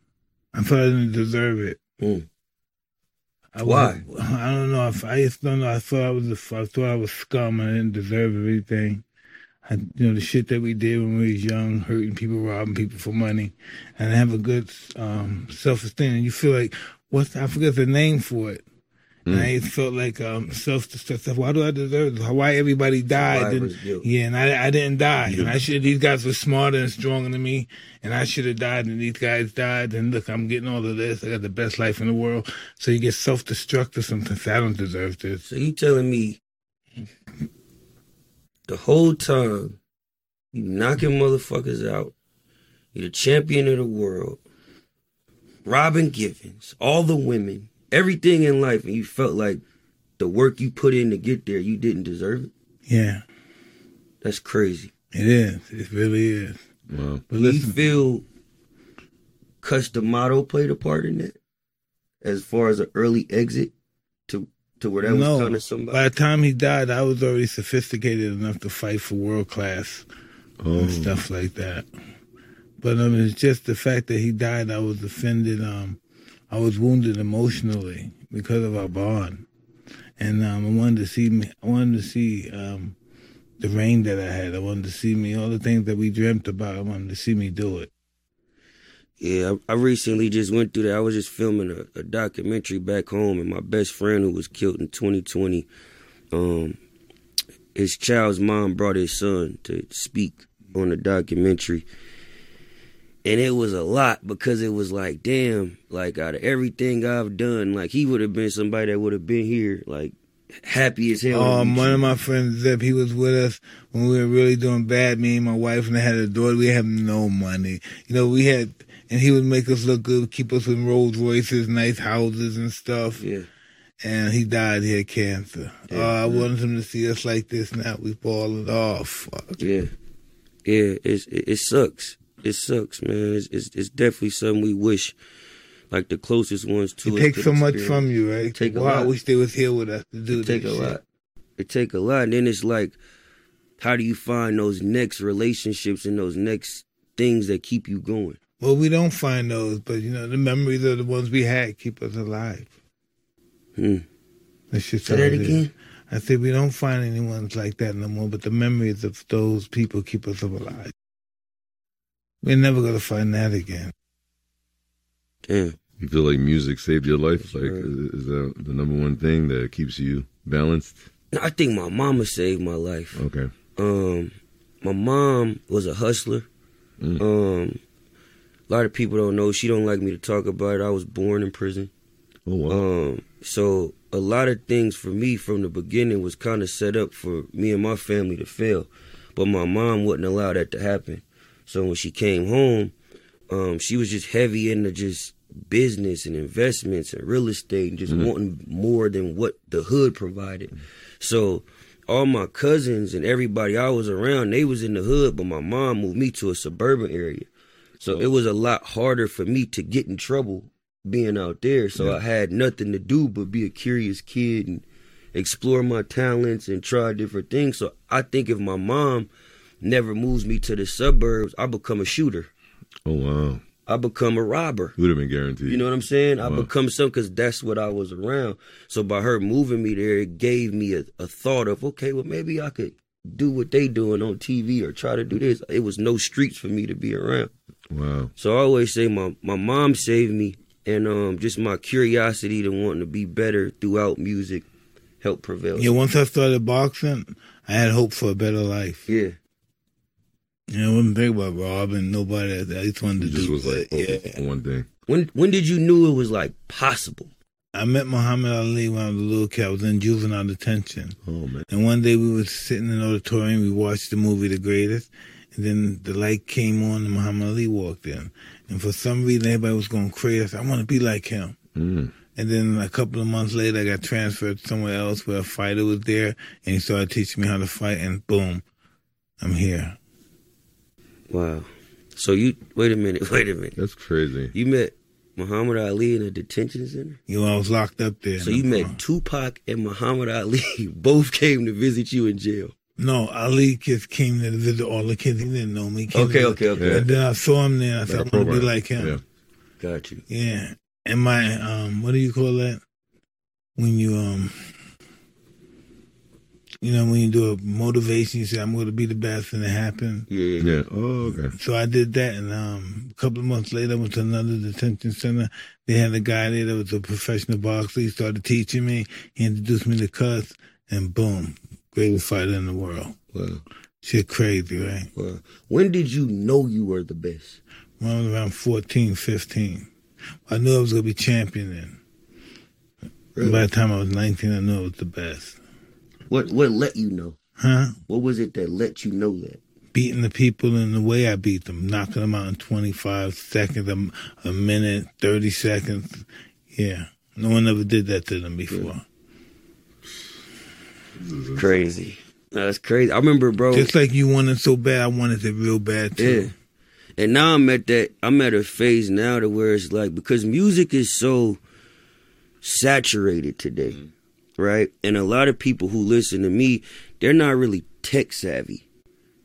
Speaker 3: I felt I didn't deserve it.
Speaker 4: Mm.
Speaker 3: I
Speaker 4: Why?
Speaker 3: was- I don't know. If, I just don't know. I thought I was. A, I thought I was scum. I didn't deserve everything. I, you know the shit that we did when we was young, hurting people, robbing people for money, and I have a good um, self-esteem. And you feel like what's I forget the name for it. And I just felt like um, self-destructive. Why do I deserve this? Why everybody died? And,
Speaker 4: Survivor's guilt.
Speaker 3: yeah, and I, I didn't die. And I should. These guys were smarter and stronger than me, and I should have died. And these guys died. And look, I'm getting all of this. I got the best life in the world. So you get self-destructive sometimes. Say, I don't deserve this.
Speaker 4: So you telling me the whole time you knocking motherfuckers out, you're the champion of the world, Robin Givens, all the women, everything in life, and you felt like the work you put in to get there, you didn't deserve it.
Speaker 3: Yeah,
Speaker 4: That's crazy.
Speaker 3: it is. It really is.
Speaker 2: Wow.
Speaker 3: But
Speaker 4: Do you
Speaker 3: listen,
Speaker 4: feel Customato played a part in it as far as an early exit to to where that
Speaker 3: no.
Speaker 4: was kind of somebody?
Speaker 3: By the time he died, I was already sophisticated enough to fight for world class
Speaker 2: Oh,
Speaker 3: and stuff like that. But um, it's just the fact that he died. I was offended. Um, I was wounded emotionally because of our bond, and um, I wanted to see me. I wanted to see um, the rain that I had. I wanted to see me all the things that we dreamt about. I wanted to see me do it.
Speaker 4: Yeah, I, I recently just went through that. I was just filming a, a documentary back home, and my best friend who was killed in 2020, um, his child's mom brought his son to speak on the documentary, and it was a lot because it was like, damn, like out of everything I've done, like he would have been somebody that would have been here, like happy as hell. to
Speaker 3: Um,
Speaker 4: meet
Speaker 3: one
Speaker 4: you.
Speaker 3: of my friends, Zip, he was with us when we were really doing bad. Me and my wife, and I had a daughter. We had no money. You know, we had, and he would make us look good, keep us in Rolls Royces, nice houses and stuff.
Speaker 4: yeah,
Speaker 3: And he died. He had cancer.
Speaker 4: Yeah.
Speaker 3: Oh, I wanted him to see us like this. Now we falling off. Fuck.
Speaker 4: Yeah, yeah. It's, it it sucks. It sucks, man. It's, it's it's definitely something we wish, like the closest ones to
Speaker 3: It
Speaker 4: us
Speaker 3: takes
Speaker 4: could
Speaker 3: so much
Speaker 4: experience.
Speaker 3: from you, right?
Speaker 4: Take a
Speaker 3: Wow, I
Speaker 4: lot.
Speaker 3: wish they was here with us to do
Speaker 4: It take a
Speaker 3: this shit.
Speaker 4: lot. It take a lot. And then it's like, how do you find those next relationships and those next things that keep you going?
Speaker 3: Well, we don't find those, but you know, the memories of the ones we had keep us alive.
Speaker 4: Hmm.
Speaker 3: That's just
Speaker 4: Say
Speaker 3: how
Speaker 4: that
Speaker 3: it is.
Speaker 4: again.
Speaker 3: I said we don't find anyone like that no more, but the memories of those people keep us alive. We're never gonna find that again.
Speaker 4: Damn.
Speaker 2: you feel like music saved your life? Like,
Speaker 4: right.
Speaker 2: is, is that the number one thing that keeps you balanced?
Speaker 4: No, I think my mama saved my life.
Speaker 2: Okay.
Speaker 4: Um, my mom was a hustler.
Speaker 2: Mm.
Speaker 4: Um, a lot of people don't know. She don't like me to talk about it. I was born in prison.
Speaker 2: Oh wow.
Speaker 3: Uh,
Speaker 4: Um, so a lot of things for me from the beginning was kind of set up for me and my family to fail, but my mom wouldn't allow that to happen. So when she came home, um, she was just heavy into just business and investments and real estate and just wanting more than what the hood provided. So all my cousins and everybody I was around, they was in the hood, but my mom moved me to a suburban area. So it was a lot harder for me to get in trouble being out there. So I had nothing to do but be a curious kid and explore my talents and try different things. So I think if my mom never moves me to the suburbs, I become a shooter.
Speaker 2: oh wow.
Speaker 4: I become a robber.
Speaker 2: You would have been guaranteed.
Speaker 4: You know what I'm saying? I
Speaker 2: Wow.
Speaker 4: become some because that's what I was around. So by her moving me there, it gave me a, a thought of okay, well maybe I could do what they doing on TV or try to do this. It was no streets for me to be around.
Speaker 2: Wow.
Speaker 4: So I always say my my mom saved me, and um, just my curiosity to wanting to be better throughout music helped prevail.
Speaker 3: Yeah, once I started boxing, I had hope for a better life.
Speaker 4: Yeah.
Speaker 3: You know, I wouldn't think about Rob and nobody. I just wanted to
Speaker 2: You just
Speaker 3: do
Speaker 2: was like
Speaker 3: that.
Speaker 2: focused
Speaker 3: yeah.
Speaker 2: on one thing.
Speaker 4: When when did you knew it was like possible?
Speaker 3: I met Muhammad Ali when I was a little kid. I was in juvenile detention.
Speaker 2: Oh man,
Speaker 3: And one day we were sitting in an auditorium, we watched the movie The Greatest, and then the light came on and Muhammad Ali walked in. And for some reason, everybody was going crazy. I said, I want to be like him.
Speaker 2: Mm.
Speaker 3: And then a couple of months later, I got transferred somewhere else where a fighter was there, and he started teaching me how to fight, and boom, I'm here.
Speaker 4: Wow. So you wait a minute, wait a minute.
Speaker 2: that's crazy.
Speaker 4: You met Muhammad Ali in a detention center?
Speaker 3: You know, I was locked up there.
Speaker 4: So you met Tupac and Muhammad Ali both came to visit you in jail.
Speaker 3: No, Ali just came to visit all the kids. He didn't know me. He came
Speaker 4: Okay,
Speaker 3: to-
Speaker 4: okay, okay.
Speaker 3: And then I saw him there. I said, I
Speaker 2: Better
Speaker 3: want to be
Speaker 2: program.
Speaker 3: like him.
Speaker 2: Yeah.
Speaker 4: Got you.
Speaker 3: Yeah. And my um what do you call that? When you um you know, when you do a motivation, you say, I'm gonna be the best and it happened.
Speaker 4: Yeah, yeah, yeah.
Speaker 2: Yeah. Oh, okay.
Speaker 3: So I did that and um a couple of months later I went to another detention center. They had a guy there that was a professional boxer. He started teaching me, he introduced me to cuss and boom, greatest fighter in the world.
Speaker 4: Wow,
Speaker 3: Shit crazy, right?
Speaker 4: wow. When did you know you were the best?
Speaker 3: When I was around 14, 15. I knew I was going to be champion then.
Speaker 4: Really?
Speaker 3: By the time I was 19, I knew I was the best.
Speaker 4: What what let you know?
Speaker 3: Huh?
Speaker 4: What was it that let you know that?
Speaker 3: Beating the people in the way I beat them, knocking them out in 25 seconds, a, m- a minute, 30 seconds. Yeah. No one ever did that to them before.
Speaker 4: Crazy. No, that's crazy. I remember, bro.
Speaker 3: Just like you wanted so bad, I wanted it real bad too.
Speaker 4: Yeah. And now I'm at that I'm at a phase now to where it's like because music is so saturated today, right? And a lot of people who listen to me, they're not really tech savvy.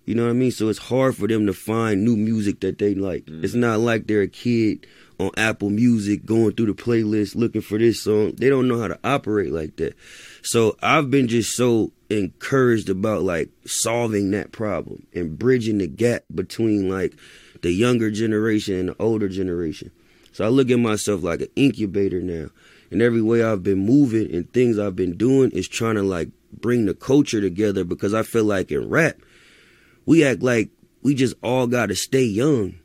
Speaker 4: You know what I mean? So it's hard for them to find new music that they like. It's not like they're a kid on Apple Music going through the playlist looking for this song. They don't know how to operate like that. So I've been just so encouraged about like solving that problem and bridging the gap between like the younger generation and the older generation. So I look at myself like an incubator now. And every way I've been moving and things I've been doing is trying to like bring the culture together because I feel like in rap, we act like we just all gotta stay young.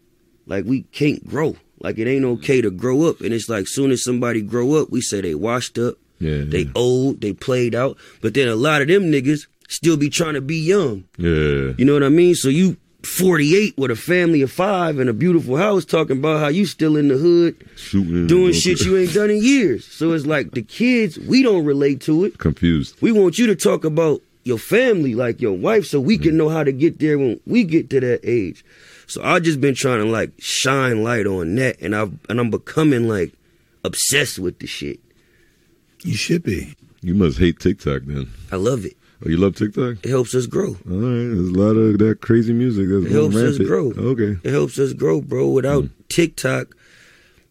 Speaker 4: Like we can't grow. Like it ain't okay to grow up. And it's like soon as somebody grow up, we say they washed up,
Speaker 2: Yeah.
Speaker 4: they old, they played out. But then a lot of them niggas still be trying to be young.
Speaker 2: yeah.
Speaker 4: You know what I mean? So you 48 with a family of five and a beautiful house talking about how you still in the hood
Speaker 2: Shooting.
Speaker 4: doing shit you ain't done in years. So it's like the kids, we don't relate to it.
Speaker 2: confused.
Speaker 4: We want you to talk about your family, like your wife, so we can know how to get there when we get to that age. So I've just been trying to like shine light on that, and I've and I'm becoming like obsessed with the shit.
Speaker 3: You should be.
Speaker 2: You must hate TikTok then.
Speaker 4: I love it.
Speaker 2: Oh, you love TikTok?
Speaker 4: It helps us grow.
Speaker 2: All right, there's a lot of that crazy music that's
Speaker 4: It
Speaker 2: going
Speaker 4: helps us
Speaker 2: rampant.
Speaker 4: grow.
Speaker 2: Okay.
Speaker 4: It helps us grow, bro. Without TikTok,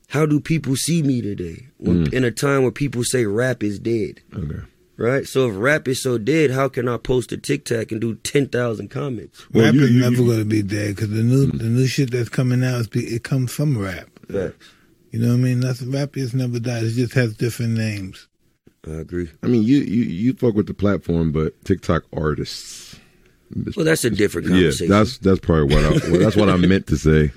Speaker 4: how do people see me today? When, In a time where people say rap is dead,
Speaker 2: Okay.
Speaker 4: right? So if rap is so dead, how can I post a TikTok and do ten thousand comments?
Speaker 2: Well,
Speaker 3: rap
Speaker 2: you-
Speaker 3: is
Speaker 2: you-
Speaker 3: never
Speaker 2: you- Mm.
Speaker 3: going to be dead because the new the new shit that's coming out is be, it comes from rap. You know what I mean? That's rap is never died. It just has different names.
Speaker 4: I agree.
Speaker 2: I mean, you you you fuck with the platform, but TikTok artists.
Speaker 4: Well, that's a different
Speaker 2: Yeah,
Speaker 4: conversation.
Speaker 2: that's that's probably what I well, that's what I meant to say,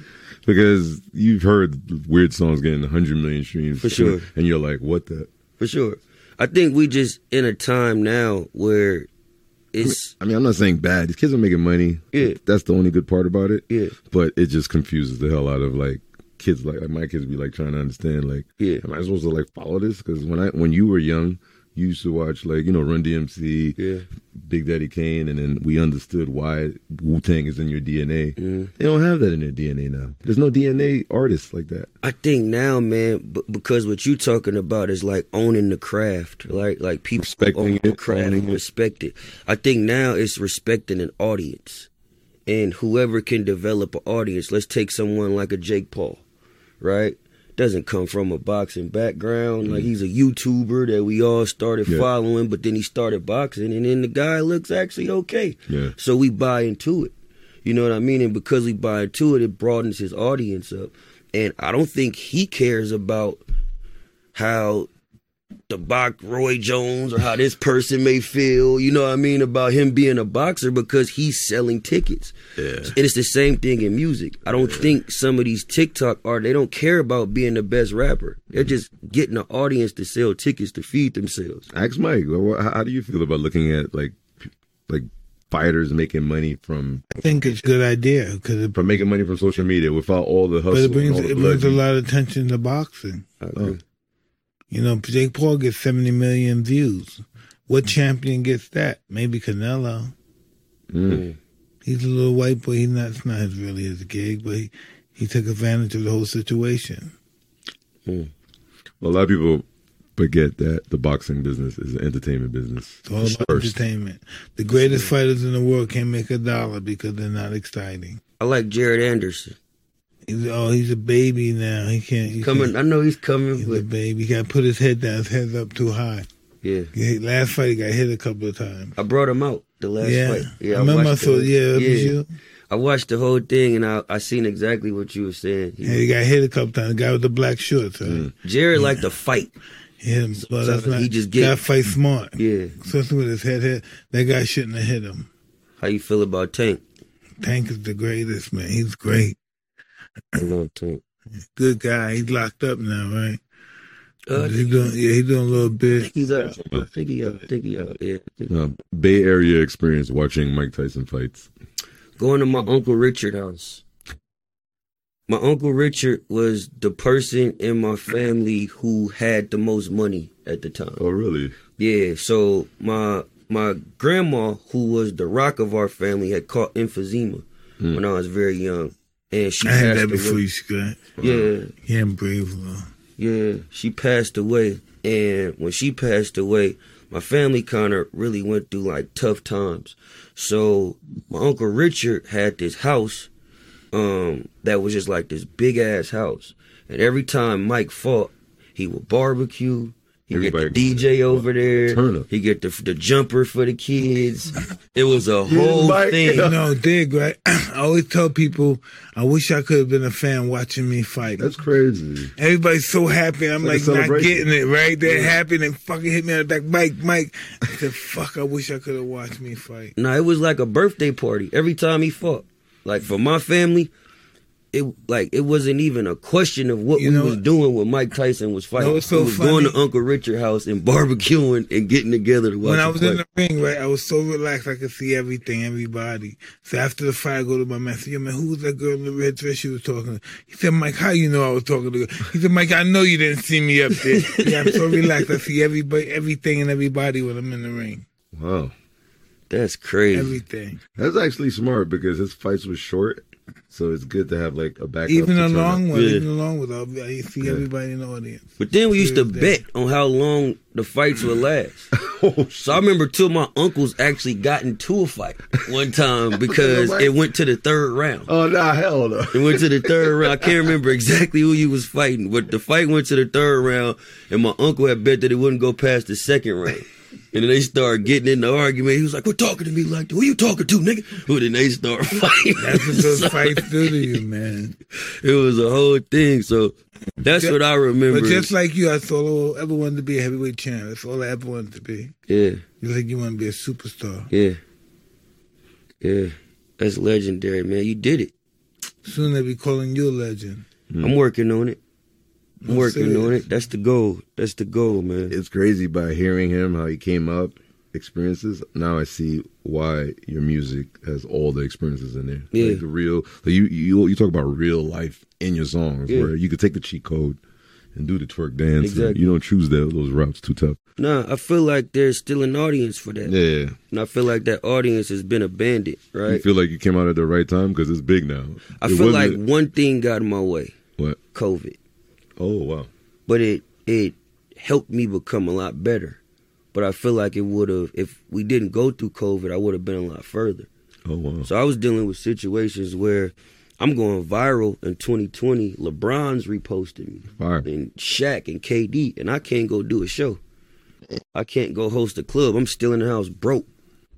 Speaker 2: because you've heard weird songs getting 100 million streams
Speaker 4: For sure.
Speaker 2: and you're like, what the?
Speaker 4: for sure. I think we just in a time now where it's
Speaker 2: I mean, I'm not saying bad. These kids are making money.
Speaker 4: Yeah.
Speaker 2: That's the only good part about it.
Speaker 4: Yeah.
Speaker 2: But it just confuses the hell out of like kids. Like, like, my kids be like trying to understand. Like,
Speaker 4: Yeah.
Speaker 2: am I supposed to like follow this? Because when I when you were young, you used to watch like you know Run DMC,
Speaker 4: Yeah.
Speaker 2: Big Daddy Kane, and then we understood why Wu Tang is in your DNA. They don't have that in their DNA now. There's no DNA artists like that.
Speaker 4: I think now, man, b- because what you talking about is like owning the craft, right? Like people
Speaker 2: Respecting
Speaker 4: own the
Speaker 2: it,
Speaker 4: craft,
Speaker 2: owning it.
Speaker 4: respect it. I think now it's respecting an audience, and whoever can develop an audience. Let's take someone like a Jake Paul, right? Doesn't come from a boxing background. Like he's a YouTuber that we all started
Speaker 2: Mm-hmm. Yeah.
Speaker 4: following, but then he started boxing, and then the guy looks actually okay.
Speaker 2: Yeah.
Speaker 4: So we buy into it. You know what I mean? And because we buy into it, it broadens his audience up. And I don't think he cares about how the box Roy Jones or how this person may feel, you know what I mean, about him being a boxer because he's selling tickets.
Speaker 2: Yeah.
Speaker 4: And it's the same thing in music. I don't think some of these TikTok art they don't care about being the best rapper. They're
Speaker 3: Mm-hmm.
Speaker 4: just getting an audience to sell tickets to feed themselves.
Speaker 2: Ask Mike. wh- wh- How do you feel about looking at like p- like fighters making money from
Speaker 3: I think it's a good idea because it,
Speaker 2: from making money from social media without all the
Speaker 3: but
Speaker 2: hustle?
Speaker 3: it brings
Speaker 2: and all the Uh,
Speaker 3: it brings a
Speaker 2: bloodshed?
Speaker 3: lot of attention to boxing.
Speaker 2: I agree.
Speaker 3: You know, Jake Paul gets 70 million views. What champion gets that? Maybe Canelo.
Speaker 4: Hmm.
Speaker 2: Mm.
Speaker 3: He's a little white boy. He's not, it's not his, really his gig, but he, he took advantage of the whole situation.
Speaker 2: A lot of people forget that the boxing business is an entertainment business.
Speaker 3: It's all about
Speaker 2: First.
Speaker 3: entertainment. The greatest fighters in the world can't make a dollar because they're not exciting.
Speaker 4: I like Jared Anderson.
Speaker 3: He's, oh, he's a baby now. He can't. He
Speaker 4: Coming I
Speaker 3: can't-
Speaker 4: know he's coming,
Speaker 3: He's a
Speaker 4: but
Speaker 3: baby. He got to put his head down. His head's up too high.
Speaker 4: yeah.
Speaker 3: Yeah, Last fight, he got hit a couple of times.
Speaker 4: I brought him out the last
Speaker 3: yeah.
Speaker 4: fight. Yeah, I
Speaker 3: remember I
Speaker 4: watched the
Speaker 3: saw,
Speaker 4: whole-
Speaker 3: yeah, it was you.
Speaker 4: I watched the whole thing and I, I seen exactly what you were saying. He-
Speaker 3: Yeah, he got hit a couple times. The guy with the black shorts. Right?
Speaker 4: Jared liked to fight.
Speaker 3: hit him, but
Speaker 4: so
Speaker 3: that's not.
Speaker 4: Mm. he just get-
Speaker 3: gotta fight smart.
Speaker 4: Yeah.
Speaker 3: Especially with his head hit, that guy shouldn't have hit him.
Speaker 4: How you feel about Tank?
Speaker 3: Tank is the greatest man. He's great,
Speaker 4: I love Tank.
Speaker 3: good guy. He's locked up now, right?
Speaker 4: Uh,
Speaker 3: he doing, yeah, he doing a little bit.
Speaker 4: he's up. I think he up. I think he up. Yeah. I think-
Speaker 2: Uh, Bay Area experience watching Mike Tyson fights.
Speaker 4: Going to my uncle Richard house. My uncle Richard was the person in my family who had the most money at the time.
Speaker 2: Oh, really?
Speaker 4: Yeah, so my my grandma, who was the rock of our family, had caught emphysema when I was very young, and she
Speaker 3: Hmm. I had
Speaker 4: passed
Speaker 3: that before
Speaker 4: away.
Speaker 3: you got.
Speaker 4: Yeah,
Speaker 3: Yeah, I'm brave, Lord.
Speaker 4: yeah, she passed away, and when she passed away, my family kind of really went through like tough times. So my uncle Richard had this house, um, that was just like this big ass house, and every time Mike fought, he would barbecue. He get the
Speaker 2: Everybody goes
Speaker 4: DJ over there.
Speaker 2: Turn up.
Speaker 4: He get the the jumper for the kids. It was a whole
Speaker 2: Mike.
Speaker 4: thing.
Speaker 3: You know, dig right. I always tell people, I wish I could have been a fan watching me fight.
Speaker 2: That's crazy.
Speaker 3: Everybody's so happy. I'm
Speaker 2: It's
Speaker 3: like,
Speaker 2: like a
Speaker 3: not
Speaker 2: celebration.
Speaker 3: getting it right. They're happy. They fucking hit me on the back, Mike, Mike. I said, fuck. I wish I could have watched me fight.
Speaker 4: No, it was like a birthday party every time he fought. Like for my family, it like it wasn't even a question of what
Speaker 3: You
Speaker 4: we
Speaker 3: know
Speaker 4: was
Speaker 3: what?
Speaker 4: doing when Mike Tyson was fighting.
Speaker 3: what's so
Speaker 4: we was going to
Speaker 3: funny?
Speaker 4: Uncle Richard house and barbecuing and getting together to watch.
Speaker 3: when I
Speaker 4: him
Speaker 3: was
Speaker 4: fight.
Speaker 3: in the ring, right, I was so relaxed I could see everything, everybody. So after the fight, I go to my man. I said, Yo, man, who was that girl in the red dress you was talking to? He said, Mike, how you know I was talking to you? He said, Mike, I know you didn't see me up there. yeah, I'm so relaxed. I see everybody, everything and everybody when I'm in the ring.
Speaker 2: Wow.
Speaker 4: That's crazy.
Speaker 3: Everything.
Speaker 2: That's actually smart because his fights were short, so it's good to have like a backup.
Speaker 3: Even
Speaker 2: to
Speaker 3: the
Speaker 2: turn
Speaker 3: long
Speaker 2: up.
Speaker 3: one,
Speaker 4: Yeah.
Speaker 3: even the long one, I'll be- I see everybody in the audience.
Speaker 4: but then we used to
Speaker 3: Tuesday. Oh,
Speaker 4: bet on how long the fights would last. so I remember two of my uncles actually got into a fight one time because it went to the third round.
Speaker 2: Oh nah, hell no.
Speaker 4: It went to the third round. I can't remember exactly who you was fighting, but the fight went to the third round, and my uncle had bet that it wouldn't go past the second round. And then they started getting in the argument. He was like, "Quit talking to me like that. Who you talking to, nigga?" Who then they start fighting?
Speaker 3: That's what those
Speaker 4: So,
Speaker 3: fights do to you, man.
Speaker 4: it was a whole thing. So that's what I remember.
Speaker 3: But just like you, that's all I ever wanted to be a heavyweight champ. That's all I ever wanted to be.
Speaker 4: yeah,
Speaker 3: You think you want to be a superstar.
Speaker 4: yeah, yeah. That's legendary, man. You did it.
Speaker 3: Soon they'll be calling you a legend.
Speaker 4: I'm working on it. I'm
Speaker 3: I'm
Speaker 4: working on
Speaker 3: serious.
Speaker 4: it. That's the goal. That's the goal, man.
Speaker 2: It's crazy by hearing him how he came up, experiences. Now I see why your music has all the experiences in there.
Speaker 4: Yeah.
Speaker 2: Like the real like you you you talk about real life in your songs
Speaker 4: Yeah.
Speaker 2: where you could take the cheat code and do the twerk dance. and
Speaker 4: Exactly.
Speaker 2: You don't choose tho- those routes too tough.
Speaker 4: Nah, I feel like there's still an audience for that.
Speaker 2: Yeah.
Speaker 4: And I feel like that audience has been abandoned,
Speaker 2: You
Speaker 4: right?
Speaker 2: feel like you came out at the right time because it's big now.
Speaker 4: I
Speaker 2: It
Speaker 4: feel like
Speaker 2: wasn't-
Speaker 4: one thing got in my way,
Speaker 2: what?
Speaker 4: COVID.
Speaker 2: Oh wow.
Speaker 4: But it it helped me become a lot better. But I feel like it would have if we didn't go through COVID, I would have been a lot further.
Speaker 2: Oh wow.
Speaker 4: So I was dealing with situations where I'm going viral in 2020. LeBron's reposted me.
Speaker 2: Fire.
Speaker 4: And Shaq and KD, and I can't go do a show. I can't go host a club. I'm still in the house broke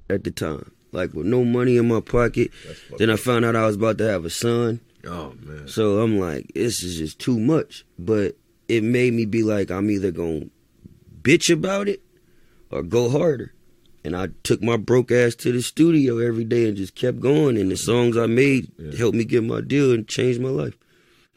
Speaker 4: at the time. Like with no money in my pocket. Then I found out I was about to have a son.
Speaker 2: Oh man.
Speaker 4: So I'm like, this is just too much. But it made me be like, I'm either gonna bitch about it or go harder. And I took my broke ass to the studio every day and just kept going. And the songs I made
Speaker 2: Yeah.
Speaker 4: helped me get my deal and changed my life.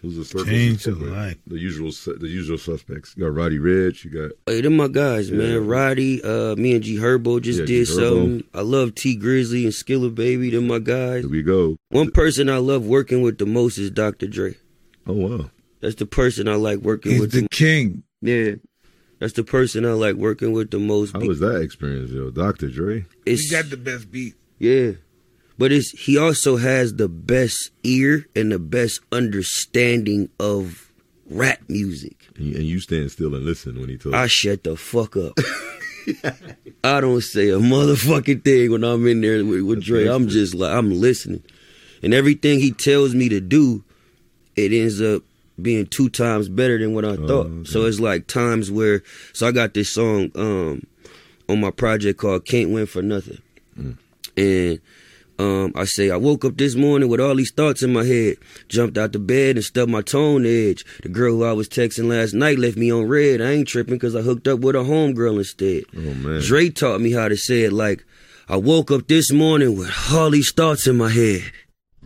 Speaker 2: It was a circle.
Speaker 3: Change
Speaker 2: circle,
Speaker 3: your
Speaker 2: man.
Speaker 3: life.
Speaker 2: The usual, su- the usual suspects. You got Roddy Rich. You got
Speaker 4: Hey, Oh, them my guys,
Speaker 2: Yeah.
Speaker 4: man. Roddy, uh, me and G Herbo just
Speaker 2: Yeah, G
Speaker 4: did
Speaker 2: Herbo.
Speaker 4: something. I love T Grizzly and Skilla Baby. Them my guys.
Speaker 2: Here We Go.
Speaker 4: One person I love working with the most is Dr. Dre.
Speaker 2: Oh wow.
Speaker 4: That's the person I like working
Speaker 3: He's
Speaker 4: with.
Speaker 3: the king.
Speaker 4: mo- yeah, that's the person I like working with the most.
Speaker 2: How
Speaker 4: be-
Speaker 2: was that experience, yo? Dr. Dre.
Speaker 4: it's-
Speaker 3: He got the best beat.
Speaker 4: Yeah. But it's he also has the best ear and the best understanding of rap music.
Speaker 2: And you, and you stand still and listen when he talks.
Speaker 4: I shut the fuck up. I don't say a motherfucking thing when I'm in there with, with Dre. I'm just like I'm listening. And everything he tells me to do, it ends up being two times better than what I thought. So it's like times where so I got this song um on my project called Can't Win for Nothing. And um, I say, I woke up this morning with all these thoughts in my head. Jumped out the bed and stubbed my toe on the edge. The girl who I was texting last night left me on red. I ain't tripping because I hooked up with a homegirl instead.
Speaker 2: oh man.
Speaker 4: Dre taught me how to say it like, I woke up this morning with all these thoughts in my head.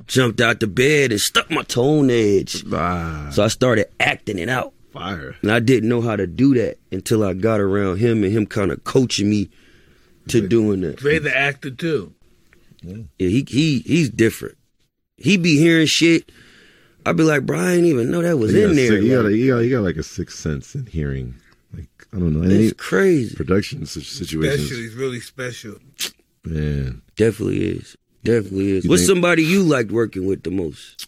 Speaker 4: Jumped out the bed and stuck my toe on the edge.
Speaker 2: Ah,
Speaker 4: So I started acting it out.
Speaker 2: fire.
Speaker 4: And I didn't know how to do that until I got around him and him kind of coaching me to doing that.
Speaker 3: Dre the actor too.
Speaker 4: Yeah, he he he's different. He be hearing shit. I'd be like, bro, I didn't even know that was
Speaker 2: He got
Speaker 4: in
Speaker 2: sick-
Speaker 4: there.
Speaker 2: he, got a,
Speaker 4: Like,
Speaker 2: he, got, he got like a sixth sense in hearing. Like I don't know. Any
Speaker 4: it's crazy.
Speaker 2: production si- situations.
Speaker 3: Special. He's really special.
Speaker 2: Man.
Speaker 4: Definitely is. Definitely is.
Speaker 2: You
Speaker 4: What's
Speaker 2: think-
Speaker 4: somebody you liked working with the most?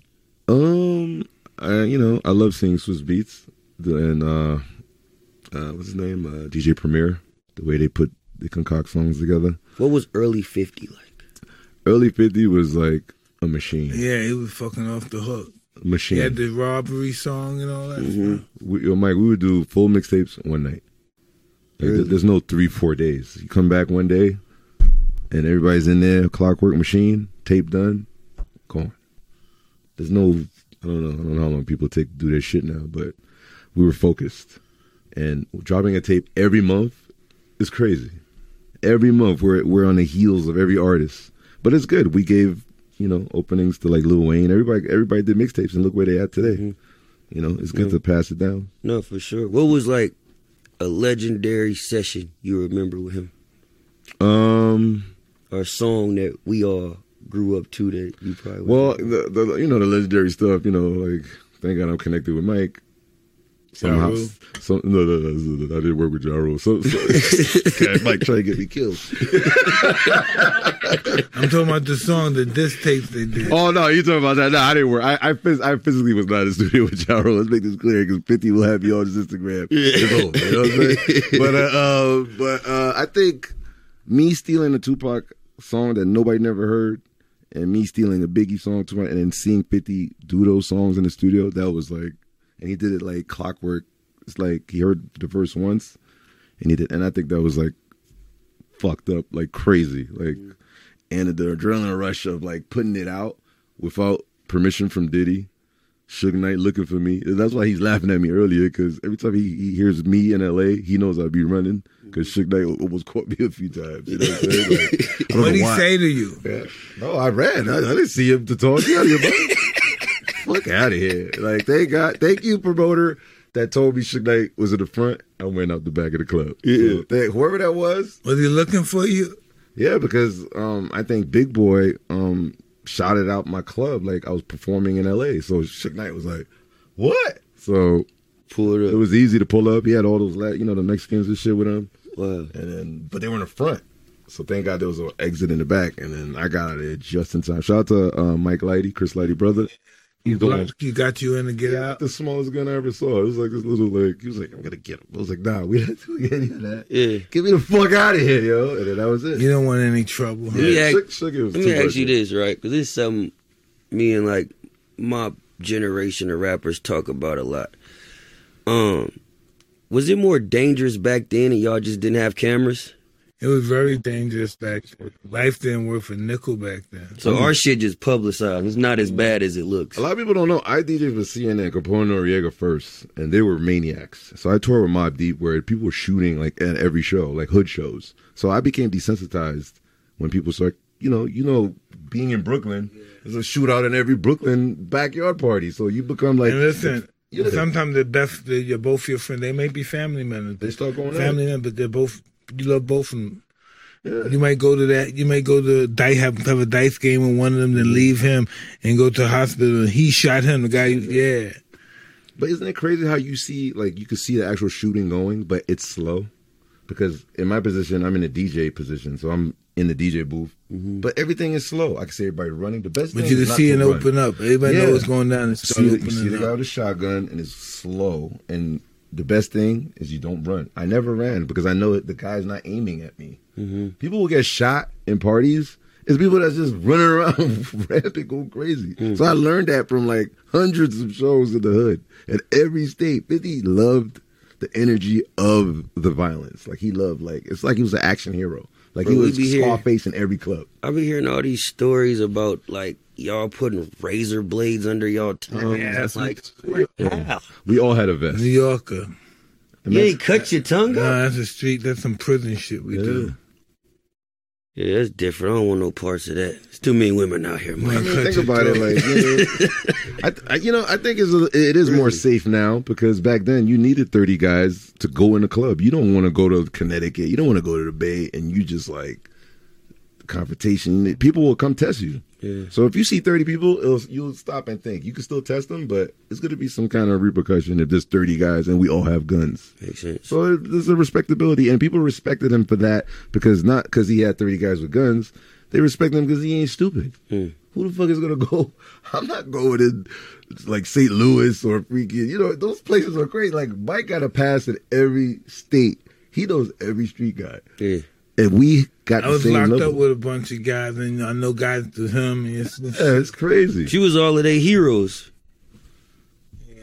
Speaker 2: Um, I, you know, I love seeing Swiss Beats the- and uh, uh, what's his name? Uh, DJ Premier. The way they put they concoct songs together.
Speaker 4: What was early fifty like?
Speaker 2: Early fifty was like a machine.
Speaker 3: Yeah, he was fucking off the hook. He
Speaker 2: Machine.
Speaker 3: had the robbery song and all that.
Speaker 2: we, yo, Mike, we would do full mixtapes one night. Like, there- There's no three, four days. You come back one day, and everybody's in there, clockwork machine, tape done, gone. There's no, I don't know, I don't know how long people take to do their shit now, but we were focused, and dropping a tape every month is crazy. Every month we're we're on the heels of every artist, but it's good. We gave you know openings to like Lil Wayne. Everybody everybody did mixtapes, and look where they at today. You know, it's good to pass it down.
Speaker 4: No, for sure. What was like a legendary session you remember with him?
Speaker 2: Um.
Speaker 4: Or a song that we all grew up to that you probably was
Speaker 2: Well,
Speaker 4: like,
Speaker 2: the, the you know the legendary stuff. You know, like thank God I'm connected with Mike. Somehow,
Speaker 3: Rule?
Speaker 2: so no, no, no, no, no, I did work with Ja Rule. So, so God, Mike trying to get me killed.
Speaker 3: I'm talking about the song, the disc tapes they did.
Speaker 2: Oh no, you talking about that? No, I didn't work. I I, phys- I physically was not in the studio with Ja Rule. Let's make this clear because Fifty will have you on his Instagram. It's over, you know what I'm saying? but uh, uh, but uh, I think me stealing a Tupac song that nobody never heard, and me stealing a Biggie song to my, and then seeing Fifty do those songs in the studio, that was like, and he did it like clockwork. It's like he heard the verse once, and he did, and I think that was like fucked up like crazy, like, and the adrenaline rush of like putting it out without permission from Diddy. Suge Knight looking for me. That's why he's laughing at me earlier because every time he, he hears me in LA, he knows I'd be running because Suge Knight almost caught me a few times. You know what I'm saying? Like, I don't
Speaker 3: What
Speaker 2: know
Speaker 3: he
Speaker 2: why.
Speaker 3: say to you?
Speaker 2: Yeah. No, I ran. I, I didn't see him to talk. Get out of here, bro. Fuck out of here. Like thank God, thank you, promoter that told me Suge Knight was in the front. I went out the back of the club. Yeah, whoever that was.
Speaker 3: Was he looking for you?
Speaker 2: Yeah, because um, I think Big Boy um, shouted out my club like I was performing in L.A. So Suge Knight was like, "What?" So
Speaker 4: pulled
Speaker 2: it
Speaker 4: up.
Speaker 2: was easy to pull up. He had all those, la- you know, the Mexicans and shit with him.
Speaker 4: Wow.
Speaker 2: And then, but they were in the front. So thank God there was an exit in the back. And then I got out of there just in time. Shout out to uh, Mike Lighty, Chris Lighty brother. He's the one.
Speaker 3: He got you in to get out.
Speaker 2: The smallest gun I ever saw. It was like this little like he was like, I'm gonna get him. I was like, nah, we not doing any of that.
Speaker 4: Yeah.
Speaker 2: Get me the fuck out of here, yo. And then that was it.
Speaker 3: You don't want any trouble. huh?
Speaker 4: Let me
Speaker 2: Yeah,
Speaker 4: ask-
Speaker 2: Suge- Suge was
Speaker 4: let
Speaker 2: too
Speaker 4: me ask
Speaker 2: much,
Speaker 4: you
Speaker 2: yeah.
Speaker 4: this, right? Because this is something me and like my generation of rappers talk about a lot. Um, was it more dangerous back then, and y'all just didn't have cameras?
Speaker 3: It was very dangerous back then. Life didn't work for nickel back then.
Speaker 4: So our shit just publicized. It's not as bad as it looks.
Speaker 2: Mm-hmm. A lot of people don't know. I DJed with CNN, Capone Noriega first, and they were maniacs. So I toured with Mob Deep, where people were shooting like at every show, like hood shows. So I became desensitized when people start, you know, you know, being in Brooklyn, there's a shootout in every Brooklyn backyard party. So you become like,
Speaker 3: And listen,
Speaker 2: Yeah.
Speaker 3: sometimes the best, the, you're both your friend. They may be family members.
Speaker 2: they start going out.
Speaker 3: family members, but they're both, you love both of them. You might go to that. You might go to dice have, have a dice game with one of them, then leave him and go to the hospital. And he shot him. The guy, yeah,
Speaker 2: But isn't it crazy how you see like you could see the actual shooting going, but it's slow? Because in my position, I'm in a DJ position, so I'm in the DJ booth. But everything is slow. I can see everybody running. The best,
Speaker 3: Mm-hmm. but
Speaker 2: thing
Speaker 3: you can
Speaker 2: is not
Speaker 3: see
Speaker 2: to
Speaker 3: it
Speaker 2: run.
Speaker 3: open up. Everybody
Speaker 2: Yeah.
Speaker 3: knows what's going down. And
Speaker 2: You see,
Speaker 3: start
Speaker 2: the, you see
Speaker 3: opening
Speaker 2: the
Speaker 3: up.
Speaker 2: guy with a shotgun, and it's slow. And the best thing is you don't run. I never ran because I know that the guy's not aiming at me.
Speaker 4: Mm-hmm.
Speaker 2: People will get shot in parties. It's people that's just running around rampant, go crazy.
Speaker 4: Hmm.
Speaker 2: So I learned that from like hundreds of shows in the hood at every state. Fifty loved the energy of the violence. Like he loved like it's like he was an action hero. Like he
Speaker 4: Bro, we
Speaker 2: was
Speaker 4: be here.
Speaker 2: Scarface in every club.
Speaker 4: I be hearing all these stories about like y'all putting razor blades under y'all
Speaker 2: Uh-huh.
Speaker 4: tongues.
Speaker 3: Yeah,
Speaker 4: It's
Speaker 3: that's
Speaker 4: like, wow.
Speaker 2: We all had a vest.
Speaker 3: New Yorker.
Speaker 4: You ain't cut your tongue
Speaker 3: No,
Speaker 4: up?
Speaker 3: that's a street. That's some prison shit we do.
Speaker 4: Yeah, that's different. I don't want no parts of that. It's too many women out here,
Speaker 2: I
Speaker 4: Mike.
Speaker 2: mean,
Speaker 3: Cut
Speaker 2: think
Speaker 3: your
Speaker 2: about it, like you know, I, th- I, you know, I think it's a, it is more safe now because back then you needed thirty guys to go in a club. You don't want to go to Connecticut, you don't want to go to the Bay, and you just like confrontation. People will come test you.
Speaker 4: Yeah.
Speaker 2: So if you see thirty people, it'll, you'll stop and think. You can still test them, but it's going to be some kind of repercussion if there's thirty guys and we all have guns.
Speaker 4: Makes sense.
Speaker 2: So it- there's a respectability, and people respected him for that because not because he had 30 guys with guns. They respect him because he ain't stupid.
Speaker 3: Hmm.
Speaker 2: Who the fuck is gonna go? I'm not going to like St. Louis or freaking. You know those places are crazy. Like Mike got a pass in every state. He knows every street guy,
Speaker 4: Yeah.
Speaker 2: and we got
Speaker 3: I
Speaker 2: the
Speaker 3: was
Speaker 2: same
Speaker 3: locked
Speaker 2: level.
Speaker 3: up with a bunch of guys, and I know guys to him. And it's, it's-
Speaker 2: yeah, it's crazy.
Speaker 4: She was all of their heroes.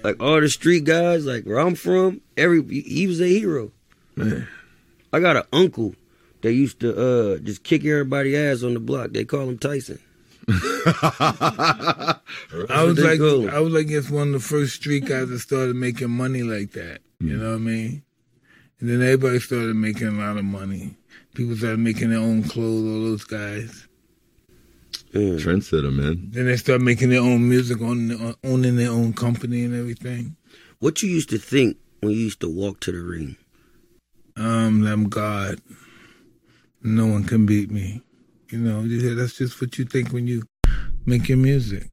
Speaker 4: Like all the street guys, like where I'm from, every he was a hero. I got an uncle that used to uh just kick everybody ass on the block. They call him Tyson.
Speaker 3: I was
Speaker 4: They
Speaker 3: like,
Speaker 4: go.
Speaker 3: I was like, it's one of the first street guys that started making money like that.
Speaker 4: Mm.
Speaker 3: You know what I mean? And then everybody started making a lot of money. People started making their own clothes. All those guys.
Speaker 4: Yeah.
Speaker 2: Trendsetter, man.
Speaker 3: Then they started making their own music, on owning their own company and everything.
Speaker 4: What you used to think when you used to walk to the ring?
Speaker 3: Um, that I'm God. No one can beat me. You know, you- that's just what you think when you make your music.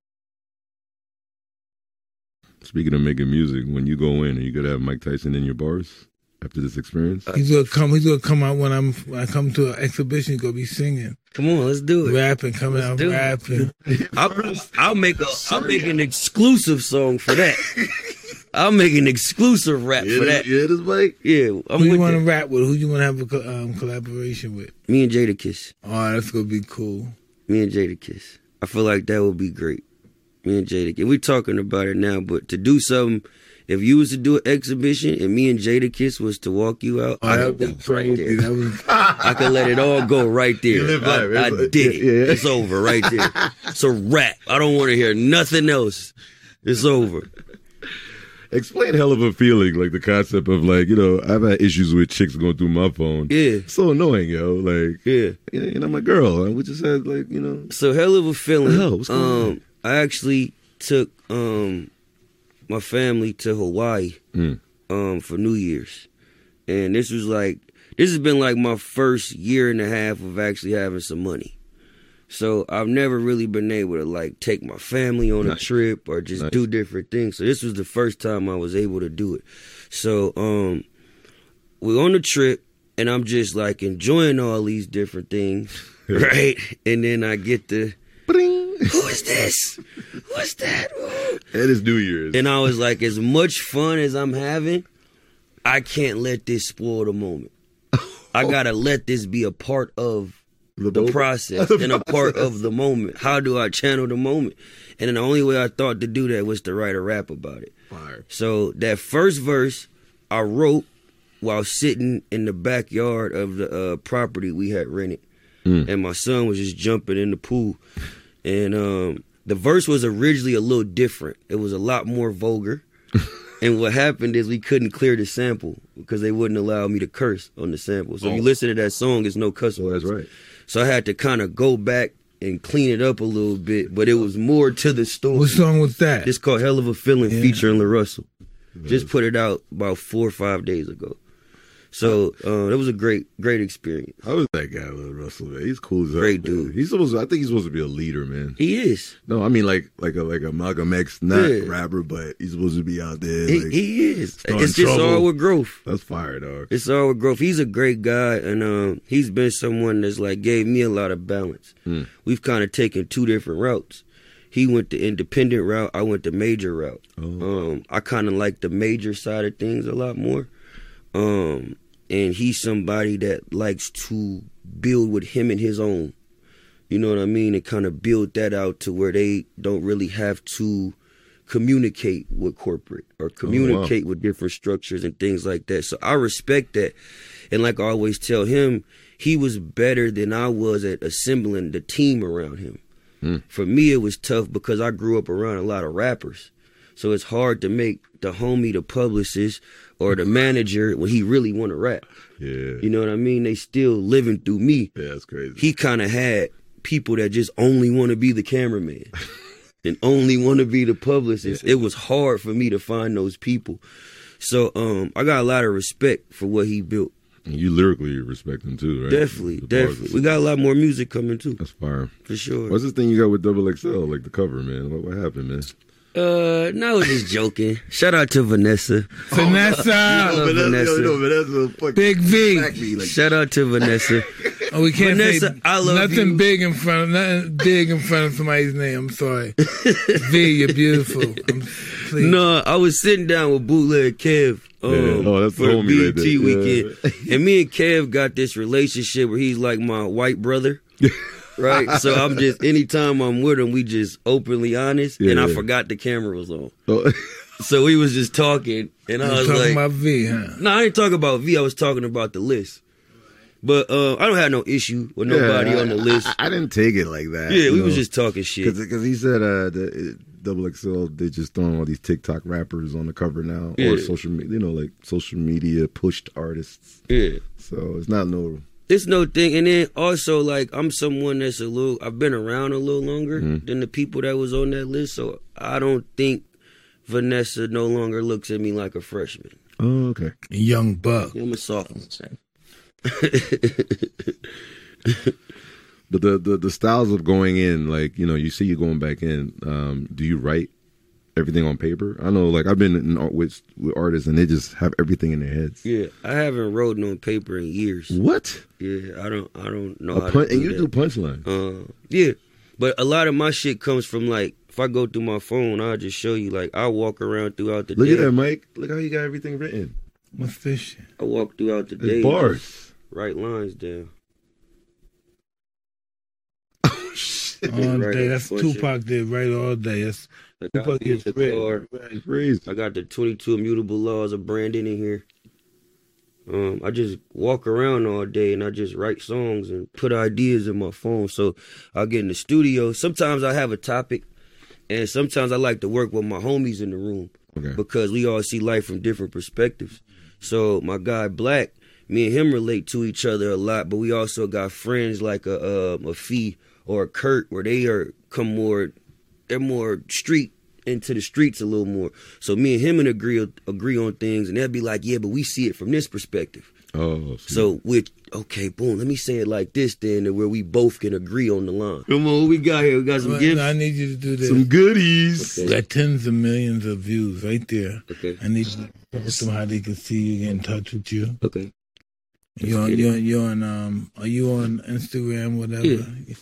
Speaker 2: Speaking of making music, when you go in, are you gonna have Mike Tyson in your bars after this experience?
Speaker 3: He's gonna come. He's gonna come out when I'm. When I come to an exhibition. He's gonna be singing,
Speaker 4: Come on, let's do it.
Speaker 3: rapping, coming out
Speaker 4: do it.
Speaker 3: rapping.
Speaker 4: I'll, I'll make a I'll make an exclusive song for that. I'll make an exclusive rap
Speaker 2: yeah,
Speaker 4: for that.
Speaker 2: yeah, this Mike.
Speaker 4: Yeah, I'm
Speaker 3: Who you
Speaker 4: with
Speaker 3: want to
Speaker 4: that.
Speaker 3: rap with? Who you want to have a co- um, collaboration with?
Speaker 4: Me and Jadakiss.
Speaker 3: Oh, that's gonna be cool.
Speaker 4: Me and Jadakiss. I feel like that would be great. Me and Jadakiss. We're talking about it now, but to do something, if you was to do an exhibition and me and Jadakiss was to walk you out,
Speaker 3: Oh,
Speaker 4: I,
Speaker 3: that would
Speaker 4: could,
Speaker 3: be
Speaker 4: right
Speaker 3: crazy.
Speaker 4: there.
Speaker 3: That was
Speaker 4: I could let it all go right there.
Speaker 2: You live
Speaker 4: I,
Speaker 2: life.
Speaker 4: I
Speaker 2: It's like-
Speaker 4: did it.
Speaker 2: yeah, yeah.
Speaker 4: It's over right there. It's a wrap. I don't want to hear nothing else. It's over.
Speaker 2: explain hell of a feeling like the concept of like you know i've had issues with chicks going through my phone
Speaker 4: Yeah.
Speaker 2: so annoying yo like
Speaker 4: Yeah.
Speaker 2: you know, and i'm a girl and we just had like you know
Speaker 4: So hell of a feeling.
Speaker 2: Oh, what's going
Speaker 4: um,
Speaker 2: on?
Speaker 4: I actually took um my family to Hawaii
Speaker 2: Mm.
Speaker 4: um for New Year's, and this was like this has been like my first year and a half of actually having some money. So I've never really been able to like take my family on a trip or just
Speaker 2: Nice.
Speaker 4: do different things. So this was the first time I was able to do it. So um we're on the trip and I'm just like enjoying all these different things, right? And then I get the
Speaker 2: bling. and
Speaker 4: who is this? What's that? Ooh.
Speaker 2: it's new year's
Speaker 4: And I was like, as much fun as I'm having, I can't let this spoil the moment. I gotta let this be a part of
Speaker 2: The
Speaker 4: Oh. the,
Speaker 2: moment.
Speaker 4: process and a part of the moment. How do I channel the moment? And then the only way I thought to do that was to write a rap about it.
Speaker 2: Fire.
Speaker 4: So that first verse I wrote while sitting in the backyard of the uh, property we had rented,
Speaker 2: Mm.
Speaker 4: and my son was just jumping in the pool, and um, the verse was originally a little different. It was a lot more vulgar, and what happened is we couldn't clear the sample because they wouldn't allow me to curse on the sample. So if you listen to that song, it's no cuss
Speaker 2: Oh,
Speaker 4: words.
Speaker 2: that's right.
Speaker 4: So I had to kind of go back and clean it up a little bit, but it was more to the story.
Speaker 3: What song was that?
Speaker 4: It's called Hell of a Feeling
Speaker 3: Yeah.
Speaker 4: featuring La Russell. Just put it out about four or five days ago. So uh, it was a great, great experience.
Speaker 2: How is that guy, Little Russell? Man? He's cool as hell,
Speaker 4: Great
Speaker 2: man.
Speaker 4: dude.
Speaker 2: He's supposed. To, I think he's supposed to be a leader, man.
Speaker 4: He is.
Speaker 2: No, I mean like like a like a Malcolm X, not
Speaker 4: Yeah.
Speaker 2: rapper, but he's supposed to be out there.
Speaker 4: He,
Speaker 2: like,
Speaker 4: he is.
Speaker 2: starting
Speaker 4: It's just
Speaker 2: trouble.
Speaker 4: all with growth.
Speaker 2: that's fire, dog.
Speaker 4: It's all with growth. He's a great guy, and um, he's been someone that's like gave me a lot of balance. We've kind of taken two different routes. He went the independent route. I went the major route.
Speaker 2: Oh.
Speaker 4: Um, I kind of like the major side of things a lot more. Um, and he's somebody that likes to build with him and his own. You know what I mean? And kind of build that out to where they don't really have to communicate with corporate or communicate with different structures and things like that. So I respect that. And like I always tell him, he was better than I was at assembling the team around him. For me, it was tough because I grew up around a lot of rappers. So it's hard to make the homie the publicist or the manager when he really want to rap.
Speaker 2: Yeah,
Speaker 4: You know what I mean? They still living through me.
Speaker 2: yeah, that's crazy.
Speaker 4: He kind of had people that just only want to be the cameraman and only want to be the publicist. It was hard for me to find those people. So um, I got a lot of respect for what he built.
Speaker 2: And you lyrically respect him too, right?
Speaker 4: Definitely,
Speaker 2: The bars
Speaker 4: definitely.
Speaker 2: is-
Speaker 4: We got a lot more music coming too,
Speaker 2: That's fire.
Speaker 4: for sure.
Speaker 2: What's this thing you got with Double XL, like the cover, man? What, what happened, man?
Speaker 4: Uh, no, I was just joking. Shout out to Vanessa.
Speaker 3: Vanessa,
Speaker 4: love Vanessa.
Speaker 2: Vanessa, fuck,
Speaker 3: Big V.
Speaker 2: smack me, like,
Speaker 4: Shout out to Vanessa.
Speaker 3: Oh, we can't
Speaker 4: Vanessa,
Speaker 3: say
Speaker 4: I love
Speaker 3: nothing
Speaker 4: you.
Speaker 3: big in front of nothing big in front of somebody's name. I'm sorry. v, you're beautiful. I'm, please.
Speaker 4: no, I was sitting down with Bootleg Kev um,
Speaker 2: Yeah. Oh, that's the
Speaker 4: for
Speaker 2: homie right
Speaker 4: BET
Speaker 2: there. Yeah.
Speaker 4: weekend, and me and Kev got this relationship where he's like my white brother. Right, so I'm just anytime I'm with him, we just openly honest, and I
Speaker 2: Yeah.
Speaker 4: forgot the camera was on,
Speaker 2: oh,
Speaker 4: so we was just talking, and I
Speaker 3: I'm
Speaker 4: was
Speaker 3: talking
Speaker 4: like,
Speaker 3: about V, huh?
Speaker 4: No, I ain't talking about V. I was talking about the list. But uh, I don't have no issue with nobody
Speaker 2: yeah,
Speaker 4: on the
Speaker 2: I-
Speaker 4: list.
Speaker 2: I, I didn't take it like that.
Speaker 4: yeah, we
Speaker 2: you
Speaker 4: was
Speaker 2: know?
Speaker 4: just talking shit.
Speaker 2: Because he said uh, the it- Double XL, they just throwing all these TikTok rappers on the cover now,
Speaker 4: Yeah.
Speaker 2: or social media, you know, like social media pushed artists.
Speaker 4: Yeah,
Speaker 2: So it's not no.
Speaker 4: it's no thing. And then also, like, I'm someone that's a little. I've been around a little longer
Speaker 2: Mm-hmm.
Speaker 4: than the people that was on that list, so I don't think Vanessa no longer looks at me like a freshman.
Speaker 2: Oh, okay.
Speaker 3: Young Buck.
Speaker 4: I'm a sophomore.
Speaker 2: But the, the the styles of going in, like you know, you see you going back in. Um, do you write everything on paper? I know, like I've been in art with, with artists, and they just have everything in their heads.
Speaker 4: Yeah, I haven't wrote on paper in years.
Speaker 2: What?
Speaker 4: Yeah, I don't. I don't know.
Speaker 2: A
Speaker 4: how
Speaker 2: pun-
Speaker 4: to
Speaker 2: and
Speaker 4: do
Speaker 2: you
Speaker 4: that.
Speaker 2: do punchline.
Speaker 4: Uh, yeah, but a lot of my shit comes from like if I go through my phone, I'll just show you. Like I walk around throughout the
Speaker 2: Look
Speaker 4: day.
Speaker 2: at that, Mike. Look how you got everything written.
Speaker 3: What's this shit?
Speaker 4: I walk throughout the
Speaker 2: It's
Speaker 4: day. and just
Speaker 2: bars.
Speaker 4: Write lines down.
Speaker 3: All
Speaker 4: Right,
Speaker 3: day. That's
Speaker 4: bullshit.
Speaker 3: Tupac did right all day. That's
Speaker 4: Like I,
Speaker 3: Tupac gets
Speaker 4: hit the
Speaker 3: red.
Speaker 4: car.
Speaker 2: It's crazy.
Speaker 4: I got the 22 immutable laws of Brandon in here. Um, I just walk around all day and I just write songs and put ideas in my phone. So I get in the studio. Sometimes I have a topic, and sometimes I like to work with my homies in the room.
Speaker 2: Okay.
Speaker 4: because we all see life from different perspectives. So my guy Black, me and him relate to each other a lot, but we also got friends like a um, a Fee or a Kurt where they are come more they're more street into the streets a little more. So me and him and agree agree on things, and they'll be like, yeah, but we see it from this perspective.
Speaker 2: Oh, so
Speaker 4: So we okay, boom. Let me say it like this then, to where we both can agree on the line. Come on, what we got here. We got some
Speaker 3: No, I
Speaker 4: gifts.
Speaker 3: need you to do this.
Speaker 2: some goodies.
Speaker 3: We got tens of millions of views right there.
Speaker 4: Okay.
Speaker 3: I need you to tell them how they can see you, get in touch with you.
Speaker 4: Okay.
Speaker 3: You're on,
Speaker 4: get it.
Speaker 3: you're, you're on um, are you on Instagram, whatever?
Speaker 4: Yeah.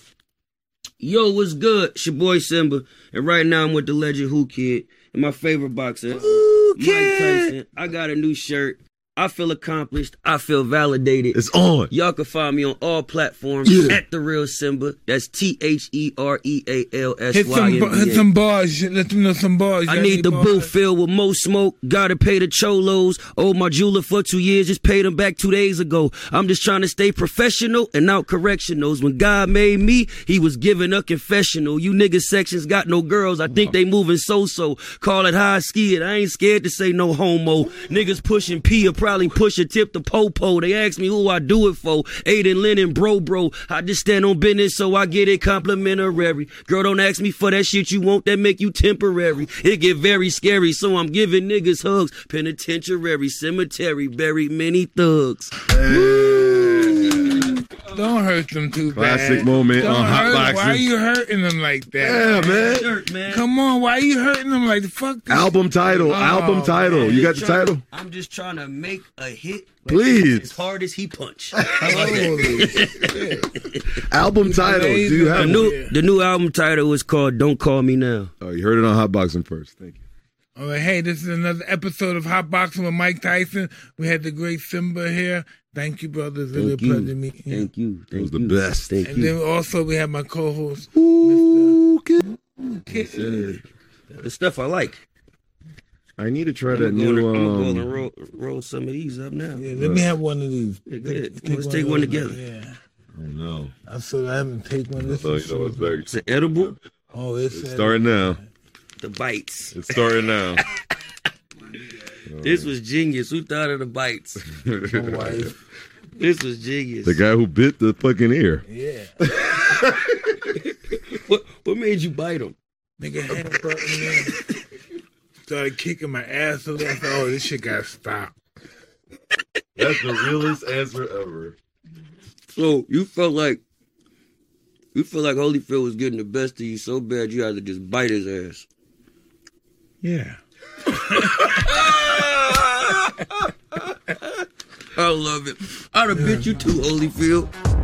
Speaker 4: Yo, what's good? It's your boy Simba, and right now I'm with the legend Who Kid and my favorite boxer, Mike Tyson. I got a new shirt. I feel accomplished. I feel validated.
Speaker 2: It's on.
Speaker 4: Y'all can find me on all platforms
Speaker 2: Yeah.
Speaker 4: at the real Simba. That's T H E R E A L S
Speaker 3: Hit
Speaker 4: Y
Speaker 3: some,
Speaker 4: M
Speaker 3: ba-
Speaker 4: B
Speaker 3: hit
Speaker 4: A.
Speaker 3: some bars. You Let them know some bars. You
Speaker 4: I
Speaker 3: got any
Speaker 4: need the
Speaker 3: bars?
Speaker 4: booth filled with more smoke. Gotta pay the cholos. Owed my jeweler for two years. Just paid him back two days ago. I'm just trying to stay professional and out correctionals. When God made me, he was giving a confessional. You niggas sections got no girls. I think they moving so-so. Call it high skid. I ain't scared to say no homo. Niggas pushing P or probably push a tip to popo. They ask me who I do it for. Aiden Lennon, bro, bro. I just stand on business so I get it complimentary. Girl, don't ask me for that shit you want that make you temporary. It get very scary, so I'm giving niggas hugs. Penitentiary, cemetery, buried many thugs.
Speaker 3: Don't hurt them too
Speaker 2: Classic
Speaker 3: bad.
Speaker 2: moment
Speaker 3: Don't
Speaker 2: on Hot
Speaker 3: hurt- Why are
Speaker 2: Boxes.
Speaker 3: you hurting them like
Speaker 2: Yeah,
Speaker 3: that?
Speaker 2: man.
Speaker 4: Dirt, man.
Speaker 3: Come on, why are you hurting them like fuck? This?
Speaker 2: Album title.
Speaker 3: Oh,
Speaker 2: album title.
Speaker 3: man.
Speaker 2: You got the title?
Speaker 4: I'm just trying to make a hit.
Speaker 2: Please. Oh,
Speaker 4: As hard as he punch.
Speaker 2: Album title. Do you
Speaker 4: the,
Speaker 2: have one?
Speaker 4: new, the new album title is called Don't Call Me Now.
Speaker 2: Oh, you heard it on Hot Boxing first. Thank you.
Speaker 3: All right, hey, this is another episode of Hot Boxing with Mike Tyson. We had the great Simba here. Thank you, brothers. Really a
Speaker 4: Thank you.
Speaker 3: pleasure meeting you.
Speaker 4: Thank you. Thank
Speaker 2: was the
Speaker 4: you.
Speaker 2: best.
Speaker 4: Thank
Speaker 3: And
Speaker 4: you.
Speaker 3: then also we have my co-host.
Speaker 4: the stuff I like.
Speaker 2: I need to try
Speaker 4: I'm
Speaker 2: that
Speaker 4: gonna,
Speaker 2: new.
Speaker 4: go, I'm gonna go
Speaker 2: Um,
Speaker 4: and roll, roll some of these up now.
Speaker 3: Yeah, let me have one of these.
Speaker 4: Yeah, go ahead. Let's take one
Speaker 3: of those.
Speaker 4: together.
Speaker 3: Yeah,
Speaker 2: oh, no.
Speaker 3: I said I haven't taken one. This
Speaker 2: Oh,
Speaker 3: is
Speaker 2: you know what's
Speaker 3: so-
Speaker 2: better.
Speaker 4: It's an edible.
Speaker 3: Oh, it's
Speaker 2: It's starting now.
Speaker 4: The bites.
Speaker 2: It's starting now.
Speaker 4: This was genius. Who thought of the bites?
Speaker 2: the
Speaker 4: This was genius.
Speaker 2: guy who bit the fucking ear.
Speaker 3: Yeah,
Speaker 4: What, what made you bite them?
Speaker 3: nigga had something in. Started kicking my ass a little. I said, Oh, this shit got stopped.
Speaker 2: That's the realest answer ever.
Speaker 4: So you felt like you felt like Holyfield was getting the best of you so bad you had to just bite his ass.
Speaker 3: Yeah.
Speaker 4: I love it. I'd have bit you too, Holyfield.